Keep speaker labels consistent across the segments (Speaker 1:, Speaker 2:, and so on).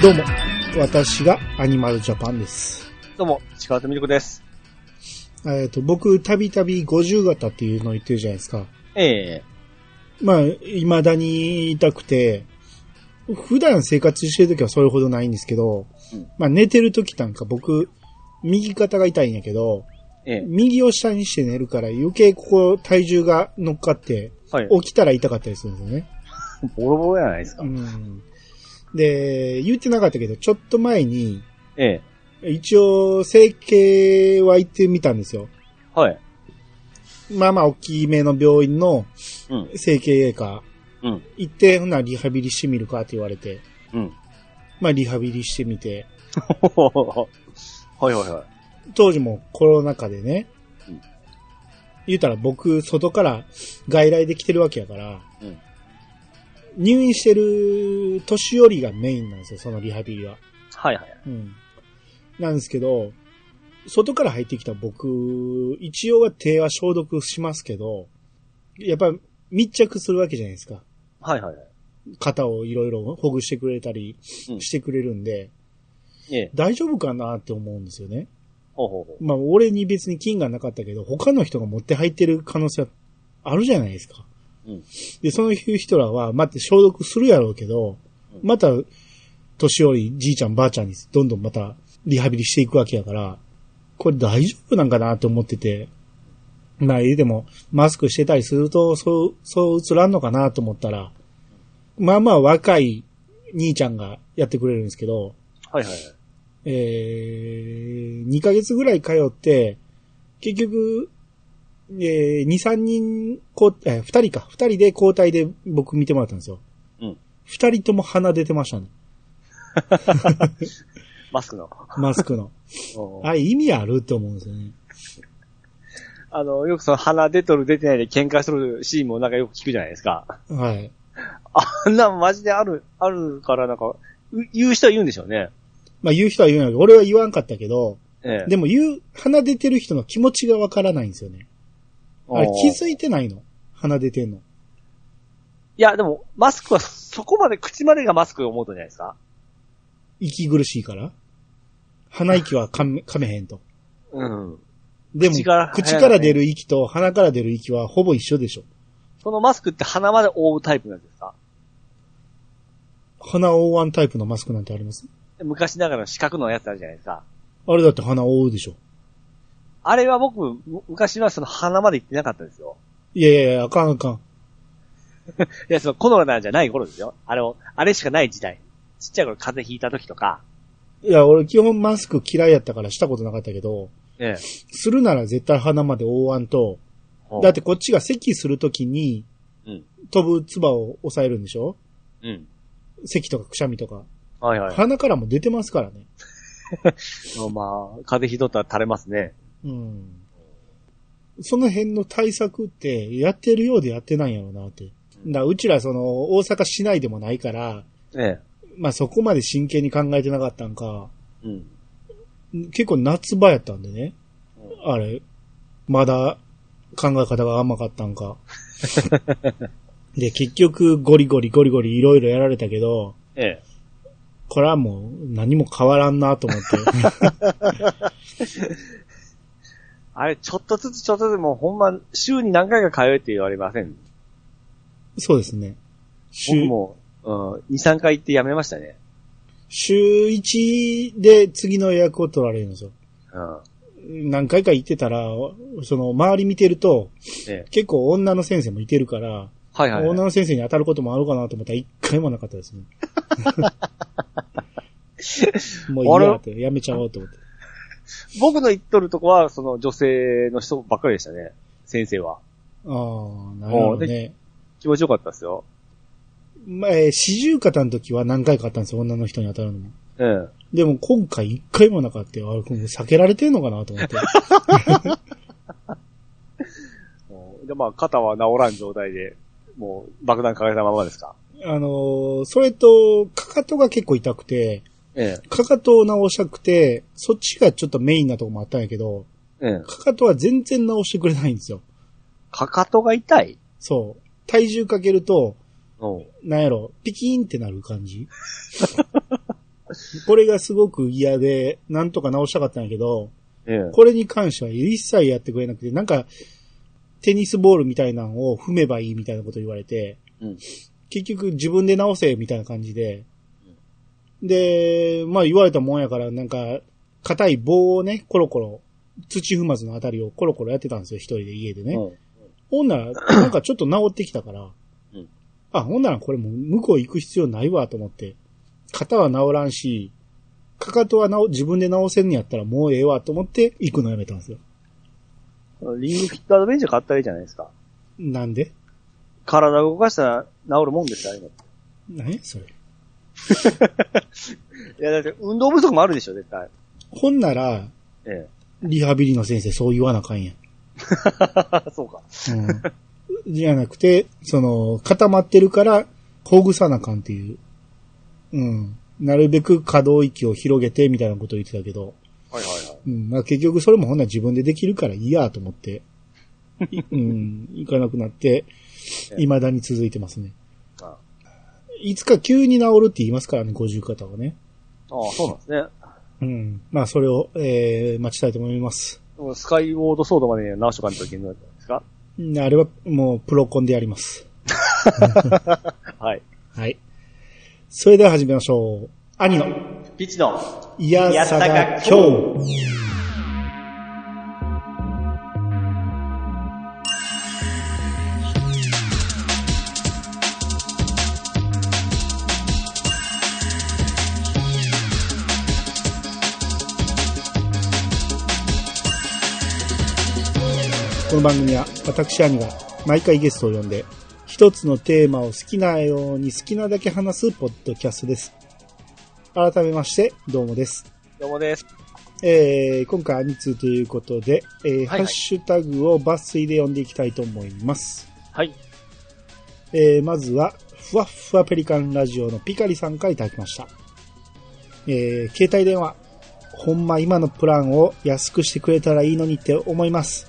Speaker 1: どうも、私がアニマルジャパンです。
Speaker 2: どうも、石川とみるこです。
Speaker 1: えっ、と、僕、たびたび50型っていうのを言ってるじゃないですか。
Speaker 2: ええ
Speaker 1: まあ、未だに痛くて、普段生活してる時はそれほどないんですけど
Speaker 2: うん、
Speaker 1: まあ寝てる時なんか僕、右肩が痛いんやけど、
Speaker 2: ええ
Speaker 1: 右を下にして寝るから余計ここ体重が乗っかって、
Speaker 2: はい。
Speaker 1: 起きたら痛かったりするんですよね。
Speaker 2: ボロボロやないですか。
Speaker 1: うん。で、言ってなかったけど、ちょっと前に、
Speaker 2: ええ
Speaker 1: 一応、整形は行ってみたんですよ。
Speaker 2: はい。
Speaker 1: まあまあ大きめの病院の
Speaker 2: うん。
Speaker 1: 整形外科
Speaker 2: うん。
Speaker 1: 行って、ほなリハビリしてみるかって言われて、
Speaker 2: うん。
Speaker 1: まあリハビリしてみて、
Speaker 2: ほほほほはいはいはい。
Speaker 1: 当時もコロナ禍でね
Speaker 2: うん、
Speaker 1: 言うたら僕、外から外来で来てるわけやから、
Speaker 2: うん
Speaker 1: 入院してる年寄りがメインなんですよ、そのリハビリは。
Speaker 2: はいはい。
Speaker 1: うん。なんですけど、外から入ってきた僕、一応は手は消毒しますけど、やっぱ密着するわけじゃないですか。
Speaker 2: はいはい。
Speaker 1: 肩をいろいろほぐしてくれたり
Speaker 2: うん
Speaker 1: してくれるんで、
Speaker 2: ええ
Speaker 1: 大丈夫かなって思うんですよね。
Speaker 2: ほうほうほう。
Speaker 1: まあ、俺に別に菌がなかったけど、他の人が持って入ってる可能性はあるじゃないですか。
Speaker 2: うん
Speaker 1: で、その人らは、また消毒するやろうけど
Speaker 2: うん、
Speaker 1: また、年寄り、じいちゃん、ばあちゃんに、どんどんまた、リハビリしていくわけやから、これ大丈夫なんかなって思ってて、まあ、でも、マスクしてたりすると、そう、そう映らんのかなと思ったら、まあまあ、若い兄ちゃんがやってくれるんですけど、
Speaker 2: はいはいはい。
Speaker 1: えー、2ヶ月ぐらい通って、結局、えー、2、3人、こう、えー、2人か。2人で交代で僕見てもらったんですよ。
Speaker 2: うん。
Speaker 1: 2人とも鼻出てましたね。
Speaker 2: マスクの。
Speaker 1: マスクの。
Speaker 2: おー
Speaker 1: あれ意味あるって思うんですよね。
Speaker 2: あの、よくその鼻出とる出てないで喧嘩するシーンもなんかよく聞くじゃないですか。
Speaker 1: はい。
Speaker 2: あんなんマジである、あるからなんか、う言う人は言うんでしょうね。
Speaker 1: まあ言う人は言うんやけど、俺は言わんかったけど、
Speaker 2: ええ
Speaker 1: でも言う、鼻出てる人の気持ちがわからないんですよね。あれ
Speaker 2: おー
Speaker 1: 気づいてないの鼻出てんの。
Speaker 2: いや、でも、マスクはそこまで、口までがマスクを思うとじゃないですか。
Speaker 1: 息苦しいから。鼻息はかめ、かめへんと。
Speaker 2: うん。
Speaker 1: でも、
Speaker 2: 口
Speaker 1: 口
Speaker 2: か
Speaker 1: からら出る息と鼻から出る息はほぼ一緒でしょ。
Speaker 2: そのマスクって鼻まで覆うタイプなんですか
Speaker 1: 鼻を覆わんタイプのマスクなんてあります
Speaker 2: 昔ながらの四角のやつあるじゃないですか。
Speaker 1: あれだって鼻を覆うでしょ。
Speaker 2: あれは僕、む昔はその鼻まで行ってなかったですよ。
Speaker 1: いやいやいや、あかんあかん。
Speaker 2: いや、そのコロナじゃない頃ですよ。あれを、あれしかない時代。ちっちゃい頃風邪ひいた時とか。
Speaker 1: いや、俺基本マスク嫌いやったからしたことなかったけど、
Speaker 2: え
Speaker 1: するなら絶対鼻まで覆わんと、
Speaker 2: え
Speaker 1: だって、こっちが咳するときに
Speaker 2: うん。
Speaker 1: 飛ぶ唾を抑えるんでしょ
Speaker 2: うん。
Speaker 1: 咳とかくしゃみとか。
Speaker 2: はいはい。
Speaker 1: 鼻からも出てますからね。
Speaker 2: まあ、風邪ひどったら垂れますね。
Speaker 1: うん。その辺の対策って、やってるようでやってないんやろうなって。だからうちらその、大阪市内でもないから、
Speaker 2: え
Speaker 1: まあそこまで真剣に考えてなかったんか、
Speaker 2: え。うん。
Speaker 1: 結構夏場やったんでね。あれ、まだ考え方が甘かったんか。 で、結局ゴリゴリゴリゴリいろいろやられたけど、
Speaker 2: ええ。
Speaker 1: これはもう何も変わらんなと思 って。
Speaker 2: あれ、ちょっとずつちょっとずつもうほんま、週に何回か通えって言われません。
Speaker 1: そうですね。週
Speaker 2: 僕、も、うん、2、3回行ってやめましたね。
Speaker 1: 週1で次の予約を取られるんですよ。
Speaker 2: うん。
Speaker 1: 何回か行ってたら、その周り見てると、
Speaker 2: ええ。
Speaker 1: 結構女の先生もいてるから、
Speaker 2: はいはい、はい。
Speaker 1: 女の先生に当たることもあるかなと思ったら一回もなかった ですね。もういいやって、やめちゃおうと思って。
Speaker 2: 僕の言っとるとこは、その女性の人ばっかりでしたね。先生は。
Speaker 1: ああ、なるほどね。
Speaker 2: 気持ちよかったですよ。
Speaker 1: まあ、えー四十肩の時は何回かあったんですよ、女の人に当たるのも。
Speaker 2: うん。
Speaker 1: でも今回一回もなかったよ。あれ、これ避けられてんのかなと 思って。
Speaker 2: で、まあ、肩は治らん状態で、もう、爆弾抱えたままですか。
Speaker 1: あのーそれと、かかとが結構痛くて、
Speaker 2: え
Speaker 1: かかとを直したくて、そっちがちょっとメインなとこもあったんやけど、
Speaker 2: え。うん。
Speaker 1: かかとは全然直してくれないんですよ。
Speaker 2: かかとが痛い
Speaker 1: そう。体重かけると、
Speaker 2: うん。
Speaker 1: なんやろ、ピキーンってなる感じこれがすごく嫌で、なんとか直したかったんやけど、
Speaker 2: ええ。
Speaker 1: これに関しては一切やってくれなくて、なんか、テニスボールみたいなのを踏めばいいみたいなこと言われて、
Speaker 2: うん
Speaker 1: 結局自分で直せみたいな感じで、で、まあ言われたもんやから、なんか、硬い棒をね、コロコロ、土踏まずのあたりをコロコロやってたんですよ、一人で家でね。
Speaker 2: うん
Speaker 1: ほんなら、なんかちょっと治ってきたから、
Speaker 2: うん
Speaker 1: あ、ほんならこれもう向こう行く必要ないわと思って、肩は治らんし、かかとは治自分で治せんのやったらもうええわと思って行くのやめたんですよ。
Speaker 2: リングフィットアドベンチャー買ったらいいじゃないですか。
Speaker 1: なんで
Speaker 2: 体を動かしたら治るもんですから、今。い
Speaker 1: 何やそれ。
Speaker 2: や、だって運動不足もあるでしょ、絶対。
Speaker 1: ほんなら、
Speaker 2: え
Speaker 1: リハビリの先生そう言わなあかんやん。
Speaker 2: え。そうか。
Speaker 1: うん。 じゃなくて、その、固まってるから、ほぐさなあかんっていう。うん。なるべく可動域を広げて、みたいなことを言ってたけど。
Speaker 2: はいはいはい。
Speaker 1: うん。まあ結局それもほんなら自分でできるからいいやと思って。いうん。行かなくなって、未だに続いてますね。
Speaker 2: ああ
Speaker 1: いつか急に治るって言いますからね、五十肩はね。
Speaker 2: ああ、そうなんですね。
Speaker 1: うん。まあそれを、えー、待ちたいと思います。
Speaker 2: もうスカイウォードソードまで直しとかないといけないんじゃないですか。
Speaker 1: うんあれはもうプロコンでやります。
Speaker 2: はい。
Speaker 1: はい。それでは始めましょう。兄の、
Speaker 2: ピッチの。
Speaker 1: いやさが今日。この番組は私兄が毎回ゲストを呼んで一つのテーマを好きなように好きなだけ話すポッドキャストです。改めましてどうもです。
Speaker 2: どうもです。
Speaker 1: えー今回アニツーということで、えー
Speaker 2: はい
Speaker 1: ハッシュタグを抜粋で読んでいきたいと思います。
Speaker 2: はい。
Speaker 1: えーまずは、ふわっふわペリカンラジオのピカリさんからいただきました。えー携帯電話。ほんま今のプランを安くしてくれたらいいのにって思います。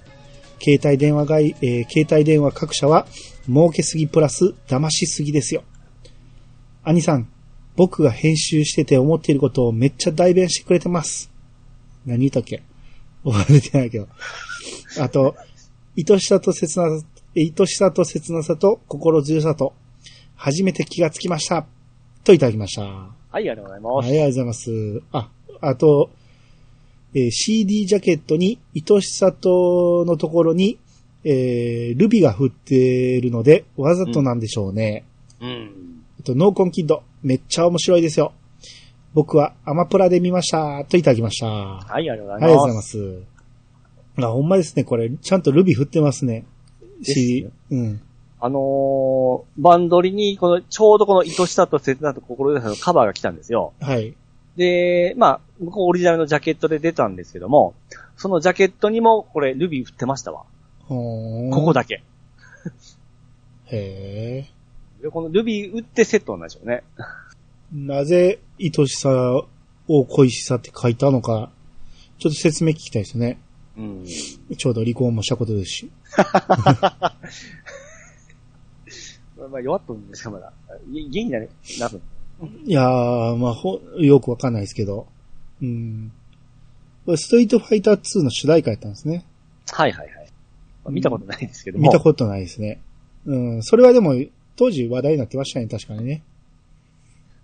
Speaker 1: 携帯電話がい、えー携帯電話各社は、儲けすぎプラス騙しすぎですよ。兄さん、僕が編集してて思っていることをめっちゃ代弁してくれてます。何言ったっけ覚えてないけど。あと、愛しさと切なさ、愛しさと切なさと心強さと、初めて気がつきました。といただきました。あ
Speaker 2: はい、ありがとうござい
Speaker 1: りが
Speaker 2: ます。
Speaker 1: とうございます。あ、あと、えー CD ジャケットに、愛しさとのところに、えー、ルビが振ってるので、わざとなんでしょうね。
Speaker 2: うん。
Speaker 1: えっと、ノーコンキッド、めっちゃ面白いですよ。僕はアマプラで見ました、といただきました。あ
Speaker 2: はい、ありがとう
Speaker 1: りがとう
Speaker 2: ご
Speaker 1: ご
Speaker 2: ざ
Speaker 1: ざい
Speaker 2: いま。
Speaker 1: ますす。あ、ほんまですね、これ。ちゃんとルビ振ってますね。し、うん。
Speaker 2: あのー、バンドリに、この、ちょうどこの愛しさと切なと心強さのカバーが来たんですよ。
Speaker 1: はい。
Speaker 2: で、まあ、向こうオリジナルのジャケットで出たんですけども、そのジャケットにも、これ、ルビー振ってましたわ。
Speaker 1: ほーん
Speaker 2: ここ。だけ。
Speaker 1: へえ。
Speaker 2: でこのルビー打ってセットなんでしょうね。
Speaker 1: なぜ、愛しさを恋しさって書いたのか、ちょっと説明聞きたいですね。
Speaker 2: うん。
Speaker 1: ちょうど離婚もしたことですし。
Speaker 2: まあ、弱っとるんですか、まだ。い元気になる、なる。
Speaker 1: いやー、まあ、ほ、よくわかんないですけど。うん。これ、ストリートファイター2の主題歌やったんですね。
Speaker 2: はいはいはい。まあ見たことないですけども。
Speaker 1: 見たことないですね。うん、それはでも、当時話題になってましたね、確かにね。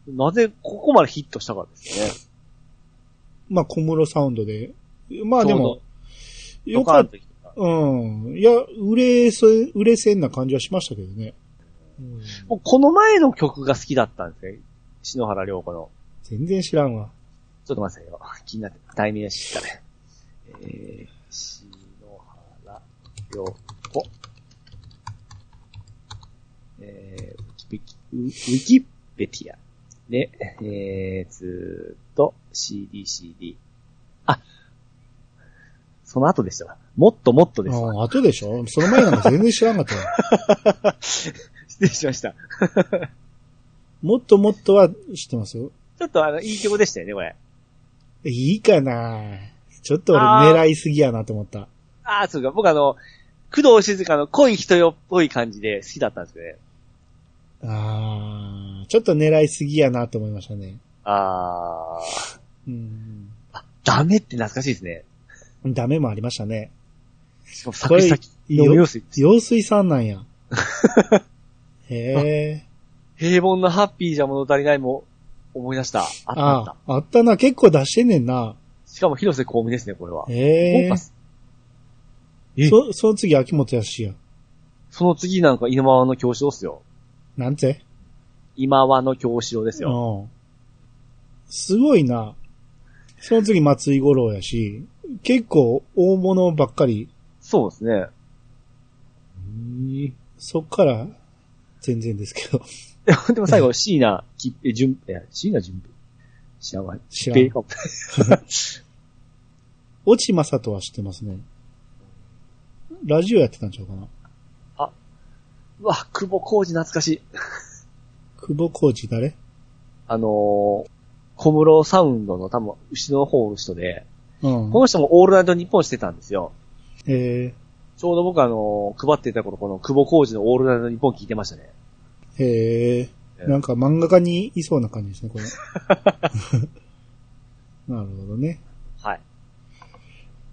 Speaker 2: なぜここまでヒットしたかですよね。
Speaker 1: まあ、小室サウンドで。まあでも、
Speaker 2: ちょうど、
Speaker 1: よかっ
Speaker 2: ドカーンと来た
Speaker 1: た。うん。いや、売れせ、売れせんな感じはしましたけどね。うん
Speaker 2: もうこの前の曲が好きだったんですね。篠原涼子の。
Speaker 1: 全然知らんわ。
Speaker 2: ちょっと待ってくださいよ。 気になって、題名知ったね。えー、篠原涼子。えー、ウキペキウウィキペティア。で、えー、ずーっと CD、CD。あ、その後でしたわ。もっともっとですわ。
Speaker 1: あ後でしょその前なんか全然知らんか ったわ
Speaker 2: 失礼しました。
Speaker 1: もっともっとは知ってますよ。
Speaker 2: ちょっとあの、いい曲でしたよね、これ。
Speaker 1: いいかなちょっと俺狙いすぎやなと思った。
Speaker 2: ああ、そうか、僕あの、工藤静香の濃い人よっぽい感じで好きだったんですよね。
Speaker 1: ああーちょっと狙いすぎやなと思いましたね。
Speaker 2: あ
Speaker 1: う
Speaker 2: ー、
Speaker 1: ん。
Speaker 2: ダメって懐かしいですね。
Speaker 1: ダメもありましたね。
Speaker 2: しかも作詞先、飲み
Speaker 1: よ
Speaker 2: やすい。
Speaker 1: 陽水さんなんや。 へえ。
Speaker 2: 平凡なハッピーじゃ物足りないも思い出した。あったあった
Speaker 1: あ。あ、あったな。結構出してんねんな。
Speaker 2: しかも広瀬香美ですね、これ
Speaker 1: へ
Speaker 2: は。コ
Speaker 1: え
Speaker 2: ーパ。スえ
Speaker 1: そ、その次、秋元康や。
Speaker 2: その次なんか今和の教師ですよ。
Speaker 1: なんて
Speaker 2: 今和の教師です
Speaker 1: う
Speaker 2: よ。
Speaker 1: ん。すごいな。その次、松井五郎やし、結構大物ばっかり、
Speaker 2: そうですね。
Speaker 1: そっから、全然ですけど。
Speaker 2: いや でも最後、椎名吉平、順、いや、椎名順平。知らない。
Speaker 1: 知らん
Speaker 2: 吉平かも
Speaker 1: 落ちまさとは知ってますね。ラジオやってたんちゃうかな。
Speaker 2: うわ、久保浩二懐かしい。
Speaker 1: 久保浩二誰
Speaker 2: あのー、小室サウンドの多分、後ろの方の人で、
Speaker 1: うん
Speaker 2: こ。の人もオールナイト日本してたんですよ。
Speaker 1: え
Speaker 2: ちょうど僕あのー配っていた頃、この久保浩二のオールナイト日本聞いてましたね。
Speaker 1: ー、えー、なんか漫画家にいそうな感じですね、これ。 なるほどね。
Speaker 2: はい。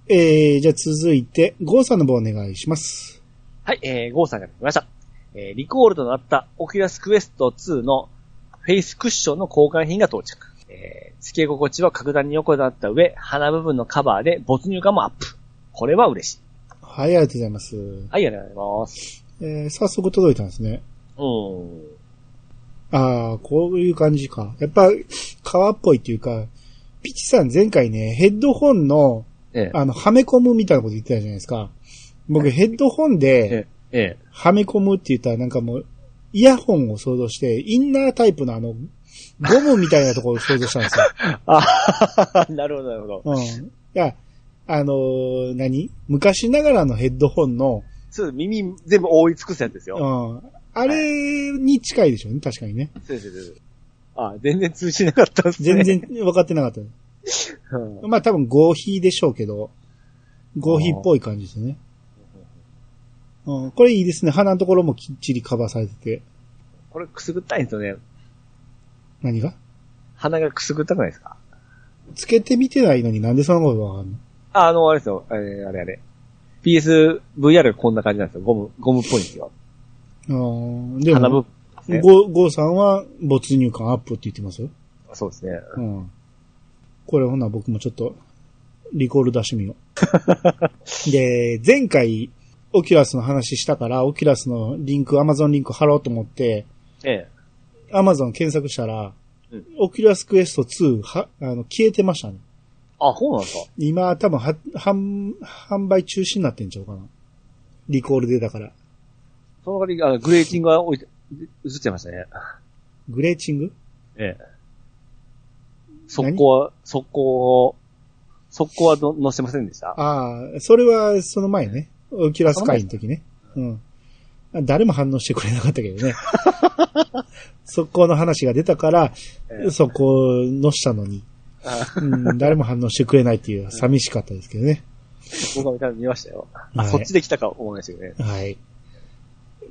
Speaker 1: えー、じゃあ続いて、ゴーさんの方お願いします。
Speaker 2: はい、えー、ゴーさんが来ました。えー、リコールとなったオキュラスクエスト2のフェイスクッションの交換品が到着。えー、付け心地は格段に良くなった上、鼻部分のカバーで没入感もアップ。これは嬉しい。
Speaker 1: はい、ありがとうございます。
Speaker 2: はい、ありがとうございます。
Speaker 1: えー、早速届いたんですね。
Speaker 2: うーん。
Speaker 1: あー、こういう感じか。やっぱ、革っぽいっていうか、ピチさん前回ね、ヘッドホンの、
Speaker 2: ええ、
Speaker 1: あの、はめ込むみたいなこと言ってたじゃないですか。僕、ヘッドホンで、
Speaker 2: ええ、え
Speaker 1: はめ込むって言ったらなんかもう、イヤホンを想像して、インナータイプのあの、ゴムみたいなところを想像したんですよ。
Speaker 2: え。あはははなるほど、なるほど。
Speaker 1: うん。いや、あのー何昔ながらのヘッドホンの、
Speaker 2: そうです耳全部覆い尽くすやつですよ。
Speaker 1: うん。あれに近いでしょうね、確かにね。
Speaker 2: そうですそうです。あ、全然通じなかったですね。
Speaker 1: 全然分かってなかった。
Speaker 2: うん。
Speaker 1: まあ多分合皮でしょうけど、合皮っぽい感じですね。うん、これいいですね。鼻のところもきっちりカバーされてて。
Speaker 2: これくすぐったいんですよね。
Speaker 1: 何が
Speaker 2: 鼻がくすぐったくないですか
Speaker 1: つけてみてないのになんでそんなことわかんの
Speaker 2: あ、あの、あれですよ。えー、あれあれ。PSVR がこんな感じなんですよ。ゴム、ゴムっぽいんですよ。
Speaker 1: うん。で
Speaker 2: 鼻
Speaker 1: も
Speaker 2: ぶ、、ね
Speaker 1: ゴゴーさんは没入感アップって言ってますよ。
Speaker 2: そうですね。
Speaker 1: うん。これほな僕もちょっと、リコール出してみよう。 で、前回、オキュラスの話したから、オキュラスのリンク、アマゾンリンク貼ろうと思って、
Speaker 2: ええ。
Speaker 1: アマゾン検索したら、
Speaker 2: うん
Speaker 1: オキュラスクエスト2、は、あの、消えてましたね。
Speaker 2: あ、そうなんですか
Speaker 1: 今、多分は、販、販売中止になってんちゃうかな。リコールでだから。
Speaker 2: その代わり、あのグレーティングが置いて、映っちゃいましたね。
Speaker 1: グレーチング
Speaker 2: ええ。速攻は、速攻を、速攻はの乗せませんでした
Speaker 1: ああ、それはその前ね。オキュラス会の時ね。うん。誰も反応してくれなかったけど ね。速攻の話が出たから、
Speaker 2: ええ
Speaker 1: 速攻のしたのに、
Speaker 2: あ
Speaker 1: うん、誰も反応してくれないっていう、寂しかったですけどね。
Speaker 2: 僕は見た見ましたよ。
Speaker 1: は
Speaker 2: あ、
Speaker 1: い
Speaker 2: そっちで来たか思いましたけどね。
Speaker 1: はい。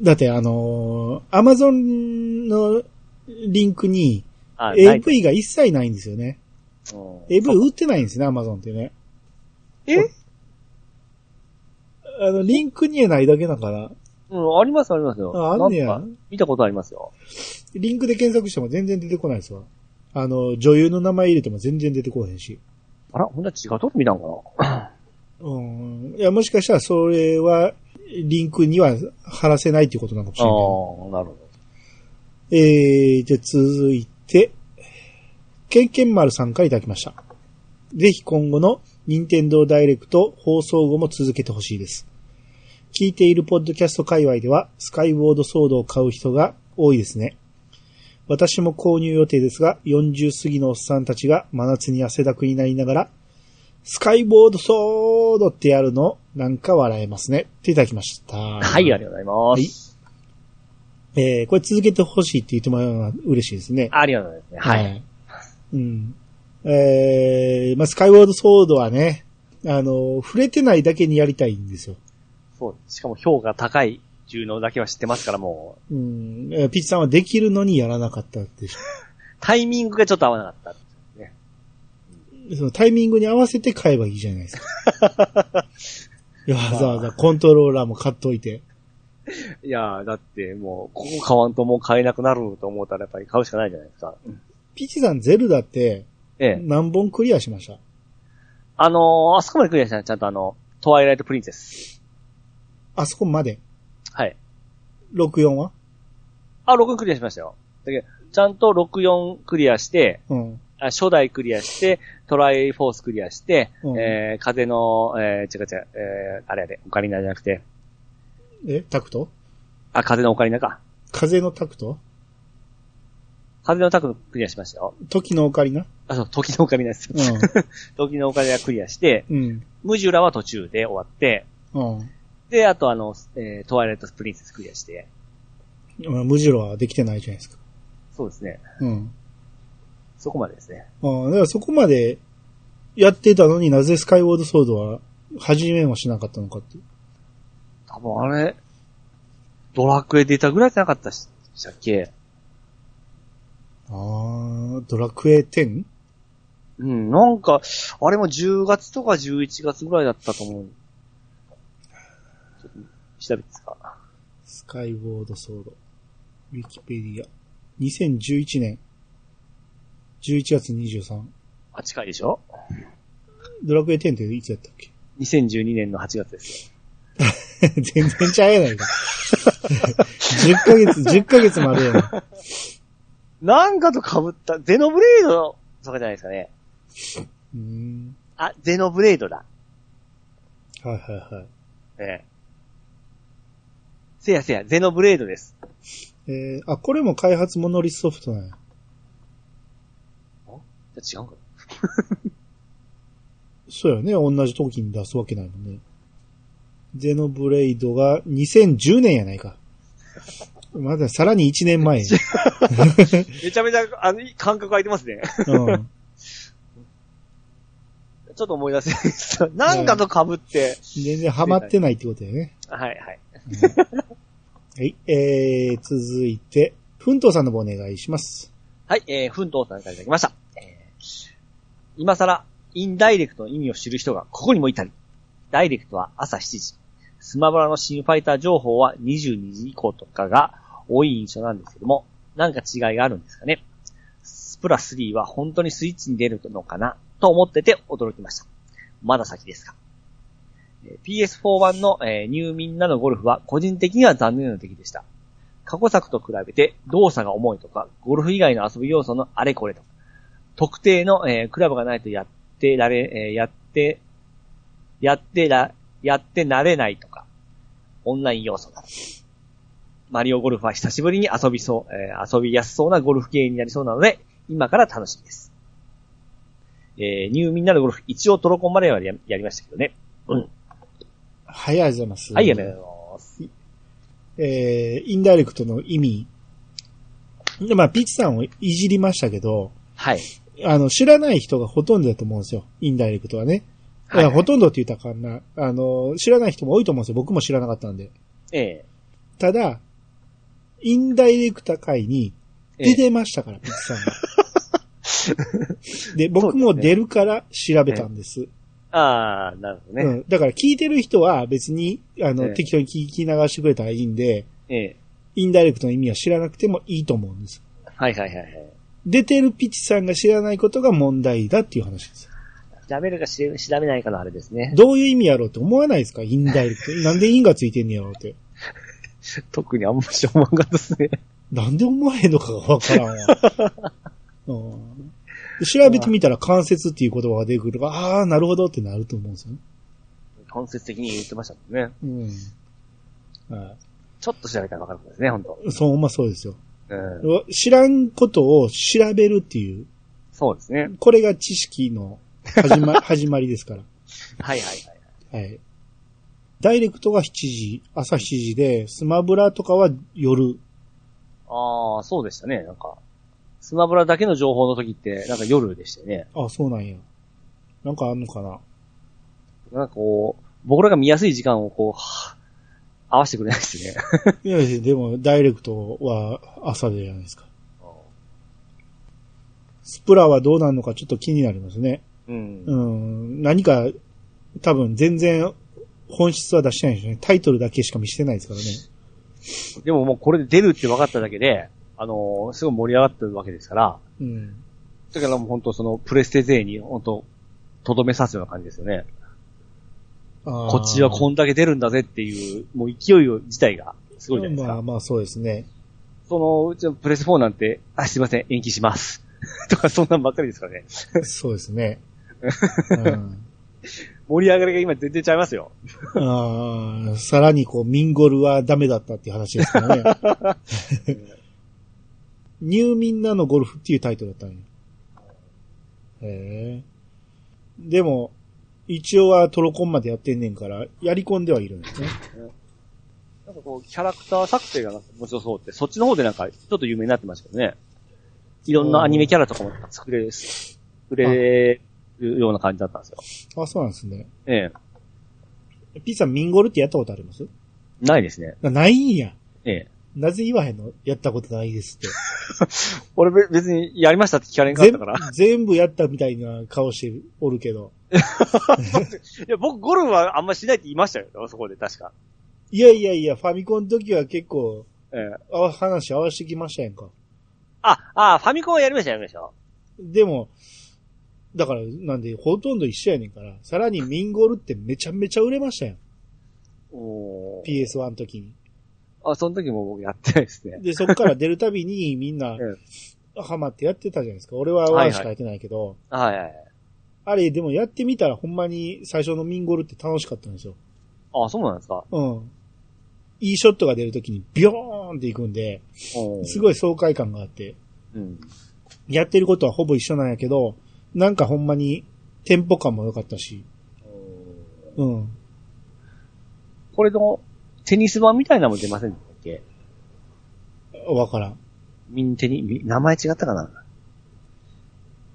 Speaker 1: だって、あのー、アマゾンのリンクに
Speaker 2: あ、ない
Speaker 1: AV が一切ないんですよね。
Speaker 2: うん
Speaker 1: AV 売ってないんですね、アマゾンってね。
Speaker 2: え
Speaker 1: あの、リンクにはないだけだから、
Speaker 2: うん、ありますありますよ。
Speaker 1: ああんねや
Speaker 2: なんか見たことありますよ。
Speaker 1: リンクで検索しても全然出てこないですわ。あの、女優の名前入れても全然出てこへんし。
Speaker 2: あら、ほんとは違うとこ見たのかな
Speaker 1: うん。いや、もしかしたらそれは、リンクには貼らせないっていうことなのかもし
Speaker 2: ああ
Speaker 1: れないけど。、
Speaker 2: なるほど。
Speaker 1: えー、じゃあ続いて、ケンケン丸さんからいただきました。ぜひ今後の任天堂ダイレクト放送後も続けてほしいです。聞いているポッドキャスト界隈ではスカイウォードソードを買う人が多いですね。私も購入予定ですが、40過ぎのおっさんたちが真夏に汗だくになりながら、スカイボードソードってやるの、なんか笑えますね。っていただきました。は
Speaker 2: はい、ありがとうございます。
Speaker 1: えーこれ続けてほしいって言ってもらうのは嬉しいですね。
Speaker 2: ありがとうございますね。はい。
Speaker 1: うん。えー、まあ、スカイウォードソードはね、あの、触れてないだけにやりたいんですよ。
Speaker 2: そう。しかも評価高い重能だけは知ってますから、も
Speaker 1: うん。えーピッチさんはできるのにやらなかったでしょ。
Speaker 2: う、タイミングがちょっと合わなかった。
Speaker 1: そのタイミングに合わせて買えばいいじゃない ですか。わざわざコントローラーも買っといて。
Speaker 2: いやー、だってもう、ここ買わんともう買えなくなると思ったらやっぱり買うしかないじゃないですか。
Speaker 1: ピチさんゼルダって
Speaker 2: ええ。
Speaker 1: 何本クリアしました
Speaker 2: あのー、あそこまでクリアしたらちゃんとあの、トワイライトプリンセス。
Speaker 1: あそこまで。
Speaker 2: はい。
Speaker 1: 64は
Speaker 2: あ、6クリアしましたよ。だけど、ちゃんと64クリアして、
Speaker 1: うん。
Speaker 2: あ初代クリアして、トライフォースクリアして、
Speaker 1: うん
Speaker 2: えー、風の、えー、違う違う、えー、あれやで、オカリナじゃなくて、
Speaker 1: えタクト
Speaker 2: あ、風のオカリナか。
Speaker 1: 風のタクト
Speaker 2: 風のタククリアしましたよ。
Speaker 1: 時のオカリナ
Speaker 2: あ、そう、時のオカリナです。時のオカリナクリアして、
Speaker 1: うん。うん。
Speaker 2: ムジュラは途中で終わって、
Speaker 1: うん。
Speaker 2: で、あとあの、えー、トワイライトプリンセスクリアして、
Speaker 1: まあムジロはできてないじゃないですか。
Speaker 2: そうですね。
Speaker 1: うん。
Speaker 2: そこまでですね。
Speaker 1: ああ、だからそこまでやってたのになぜスカイウォードソードは始めもしなかったのかって。
Speaker 2: 多分あれ、ドラクエ出たぐらいじゃなかったっしたっけ
Speaker 1: ああ、ドラクエ 10?
Speaker 2: うん、なんか、あれも10月とか11月ぐらいだったと思う。ちょっと、調べていいですか。
Speaker 1: スカイウォードソード。ウィキペディア。2011年。11月23。
Speaker 2: あ、近いでしょ
Speaker 1: ドラクエ10っていつやったっけ
Speaker 2: ?2012 年の8月ですよ。
Speaker 1: 全然ちゃえないか。10ヶ月、10ヶ月までやな。
Speaker 2: なんかと被った、ゼノブレードとかじゃないですかね。
Speaker 1: うーん。
Speaker 2: あ、ゼノブレードだ。
Speaker 1: はいはいはい。
Speaker 2: ええ。せやせや、ゼノブレードです。
Speaker 1: えー、あ、これも開発モノリスソフトなんや。
Speaker 2: 違うんか
Speaker 1: そうやね。同じ時に出すわけないもんね。ゼノブレイドが2010年やないか。まださらに1年 前。
Speaker 2: めちゃめちゃ、あの、いい感覚空いてますね。
Speaker 1: うん。
Speaker 2: ちょっと思い出せないです。なんかと被って。
Speaker 1: 全然ハマってないってことやね。
Speaker 2: はいはい。
Speaker 1: はい。えー、続いて、ふんとうさんの方お願いします。
Speaker 2: はい、えー、奮闘さんからいただきました。えー今更、インダイレクトの意味を知る人がここにもいたり。ダイレクトは朝7時。スマブラの新ファイター情報は22時以降とかが多い印象なんですけども、なんか違いがあるんですかね。スプラ3は本当にスイッチに出るのかなと思ってて驚きました。まだ先ですか。えー PS4 版の、えー入眠などゴルフは個人的には残念な出来でした。過去作と比べて動作が重いとか、ゴルフ以外の遊び要素のあれこれとか、特定の、えークラブがないとやってられ、えーやって、やってら、やってなれないとか、オンライン要素など。マリオゴルフは久しぶりに遊びそう、えー遊びやすそうなゴルフゲーになりそうなので、今から楽しみです。えー、入眠なるゴルフ、一応トロコンまではややりましたけどね。うん。
Speaker 1: はい、ありがとうございます。
Speaker 2: はい、ありがとうございます。
Speaker 1: えー、インダイレクトの意味。でまあ、ピッチさんをいじりましたけど、
Speaker 2: はい。
Speaker 1: あの、知らない人がほとんどだと思うんですよ。インダイレクトはね。い
Speaker 2: はい
Speaker 1: や、ほとんどって言ったらあかんな。あの、知らない人も多いと思うんですよ。僕も知らなかったんで。
Speaker 2: え
Speaker 1: ただ、インダイレクタ会に
Speaker 2: ー、え
Speaker 1: 出
Speaker 2: ー、
Speaker 1: てましたから、ピッチさんが。 で、僕も出るから調べたんです。
Speaker 2: ああ、なるほどね。
Speaker 1: うん。だから聞いてる人は別に、あの、
Speaker 2: ええ
Speaker 1: 適当に聞き流してくれたらいいんで、
Speaker 2: ええ
Speaker 1: インダイレクトの意味は知らなくてもいいと思うんです。
Speaker 2: はいはいはいはい。
Speaker 1: 出てるピチさんが知らないことが問題だっていう話です。
Speaker 2: 調べるかし調べないかのあれですね。
Speaker 1: どういう意味やろうって思わないですかインダイレクト。なんでインがついてんねやろうって。
Speaker 2: 特にあんまし思わんかったですね。
Speaker 1: なんで思わへんのかがわからんわ。うんで調べてみたら関節っていう言葉が出てくるから、ああー、なるほどってなると思うんですよね。
Speaker 2: 間接的に言ってましたもんね。
Speaker 1: うん。は
Speaker 2: ちょっと調べたらわかることですね、本当
Speaker 1: い。そう、ほんまそうですよ。
Speaker 2: うん。
Speaker 1: 知らんことを調べるっていう、
Speaker 2: そうですね。
Speaker 1: これが知識の始ま始まりですから。
Speaker 2: はいはいはい。
Speaker 1: はい。ダイレクトが7時、朝7時で、スマブラとかは夜。
Speaker 2: ああ、そうでしたね、なんか。スマブラだけの情報の時って、なんか夜でしたよね。
Speaker 1: あ、そうなんや。なんかあんのかな
Speaker 2: なんかこう、僕らが見やすい時間をこう、はぁ合わせてくれないですね。
Speaker 1: いやいや、でも、ダイレクトは朝でじゃないですか。スプラはどうなるのかちょっと気になりますね。
Speaker 2: うん。
Speaker 1: うん、何か、多分全然本質は出してないですね。タイトルだけしか見せてないですからね。
Speaker 2: でももうこれで出るって分かっただけで、あのーすごい盛り上がってるわけですから、
Speaker 1: うん。
Speaker 2: だからもう本当そのプレステ勢に本当、とどめさすような感じですよね。
Speaker 1: あー
Speaker 2: こっちはこんだけ出るんだぜっていう、もう勢いを自体がすごいじゃないですか。
Speaker 1: まあまあそうですね。
Speaker 2: その、うちのプレス4なんて、あ、すいません、延期します。 とか、そんなんばっかりですからね。
Speaker 1: そうです ね。うん、
Speaker 2: 盛り上がりが今全然ちゃいますよ。
Speaker 1: あーさらにこう、ミンゴルはダメだったっていう話ですから ね。ニューミンナのゴルフっていうタイトルだったのよ。へえ。でも、一応はトロコンまでやってんねんから、やり込んではいるんですね。
Speaker 2: なんかこう、キャラクター作成がなんか面白そうって、そっちの方でなんか、ちょっと有名になってましたけどね。いろんなアニメキャラとかも作れ、作れるような感じだったんですよ。
Speaker 1: あ、そうなんですね。
Speaker 2: ええ。
Speaker 1: ピーさん、ミンゴルってやったことあります
Speaker 2: ないですね。
Speaker 1: なないんや。
Speaker 2: ええ。
Speaker 1: なぜ言わへんのやったことないですって。
Speaker 2: 俺べ別にやりましたって聞かれんかっ
Speaker 1: 全
Speaker 2: たから。
Speaker 1: 全部やったみたいな顔しておるけど。
Speaker 2: いや、僕ゴルフはあんましないって言いましたよ、そこで確か。
Speaker 1: いやいやいや、ファミコンの時は結構、
Speaker 2: ええ。
Speaker 1: あ話合わせてきましたやんか。
Speaker 2: あ、あ、ファミコンはやりました、やりました。
Speaker 1: でも、だから、なんで、ほとんど一緒やねんから、さらにミンゴルってめちゃめちゃ売れましたやん。
Speaker 2: おー
Speaker 1: PS1 の時に。
Speaker 2: あ、その時も僕やってないですね。
Speaker 1: で、そっから出るたびにみん な、
Speaker 2: え
Speaker 1: ハマってやってたじゃないですか。俺はワンしかやってないけど、
Speaker 2: はいはいはい。
Speaker 1: あれ、でもやってみたらほんまに最初のミンゴルって楽しかったんですよ。
Speaker 2: あ、そうなんですか。
Speaker 1: うん。いいショットが出るときにビョーンっていくんで、
Speaker 2: おー
Speaker 1: すごい爽快感があって、
Speaker 2: うん。
Speaker 1: やってることはほぼ一緒なんやけど、なんかほんまにテンポ感も良かったし、うん。
Speaker 2: これのテニス版みたいなのも出ませんでしたっけ
Speaker 1: わからん。
Speaker 2: ミニテニ、み名前違ったかな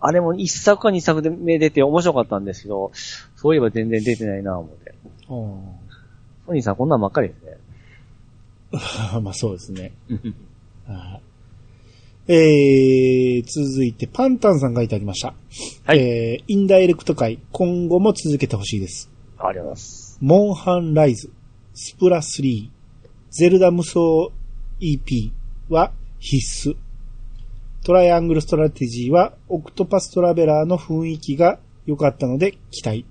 Speaker 2: あれも一作か二作で目出て面白かったんですけど、そういえば全然出てないな思って。
Speaker 1: うん
Speaker 2: ソニーさんこんなんばっかりです ね。
Speaker 1: まあそうですね。はいえー、続いて、パンタンさんがいただきました。
Speaker 2: はい
Speaker 1: えー、インダイレクト会、今後も続けてほしいです。
Speaker 2: ありがとうございます。
Speaker 1: モンハンライズ、スプラ3、ゼルダ無双 EP は必須。トライアングルストラテジーは、オクトパストラベラーの雰囲気が良かったので期待。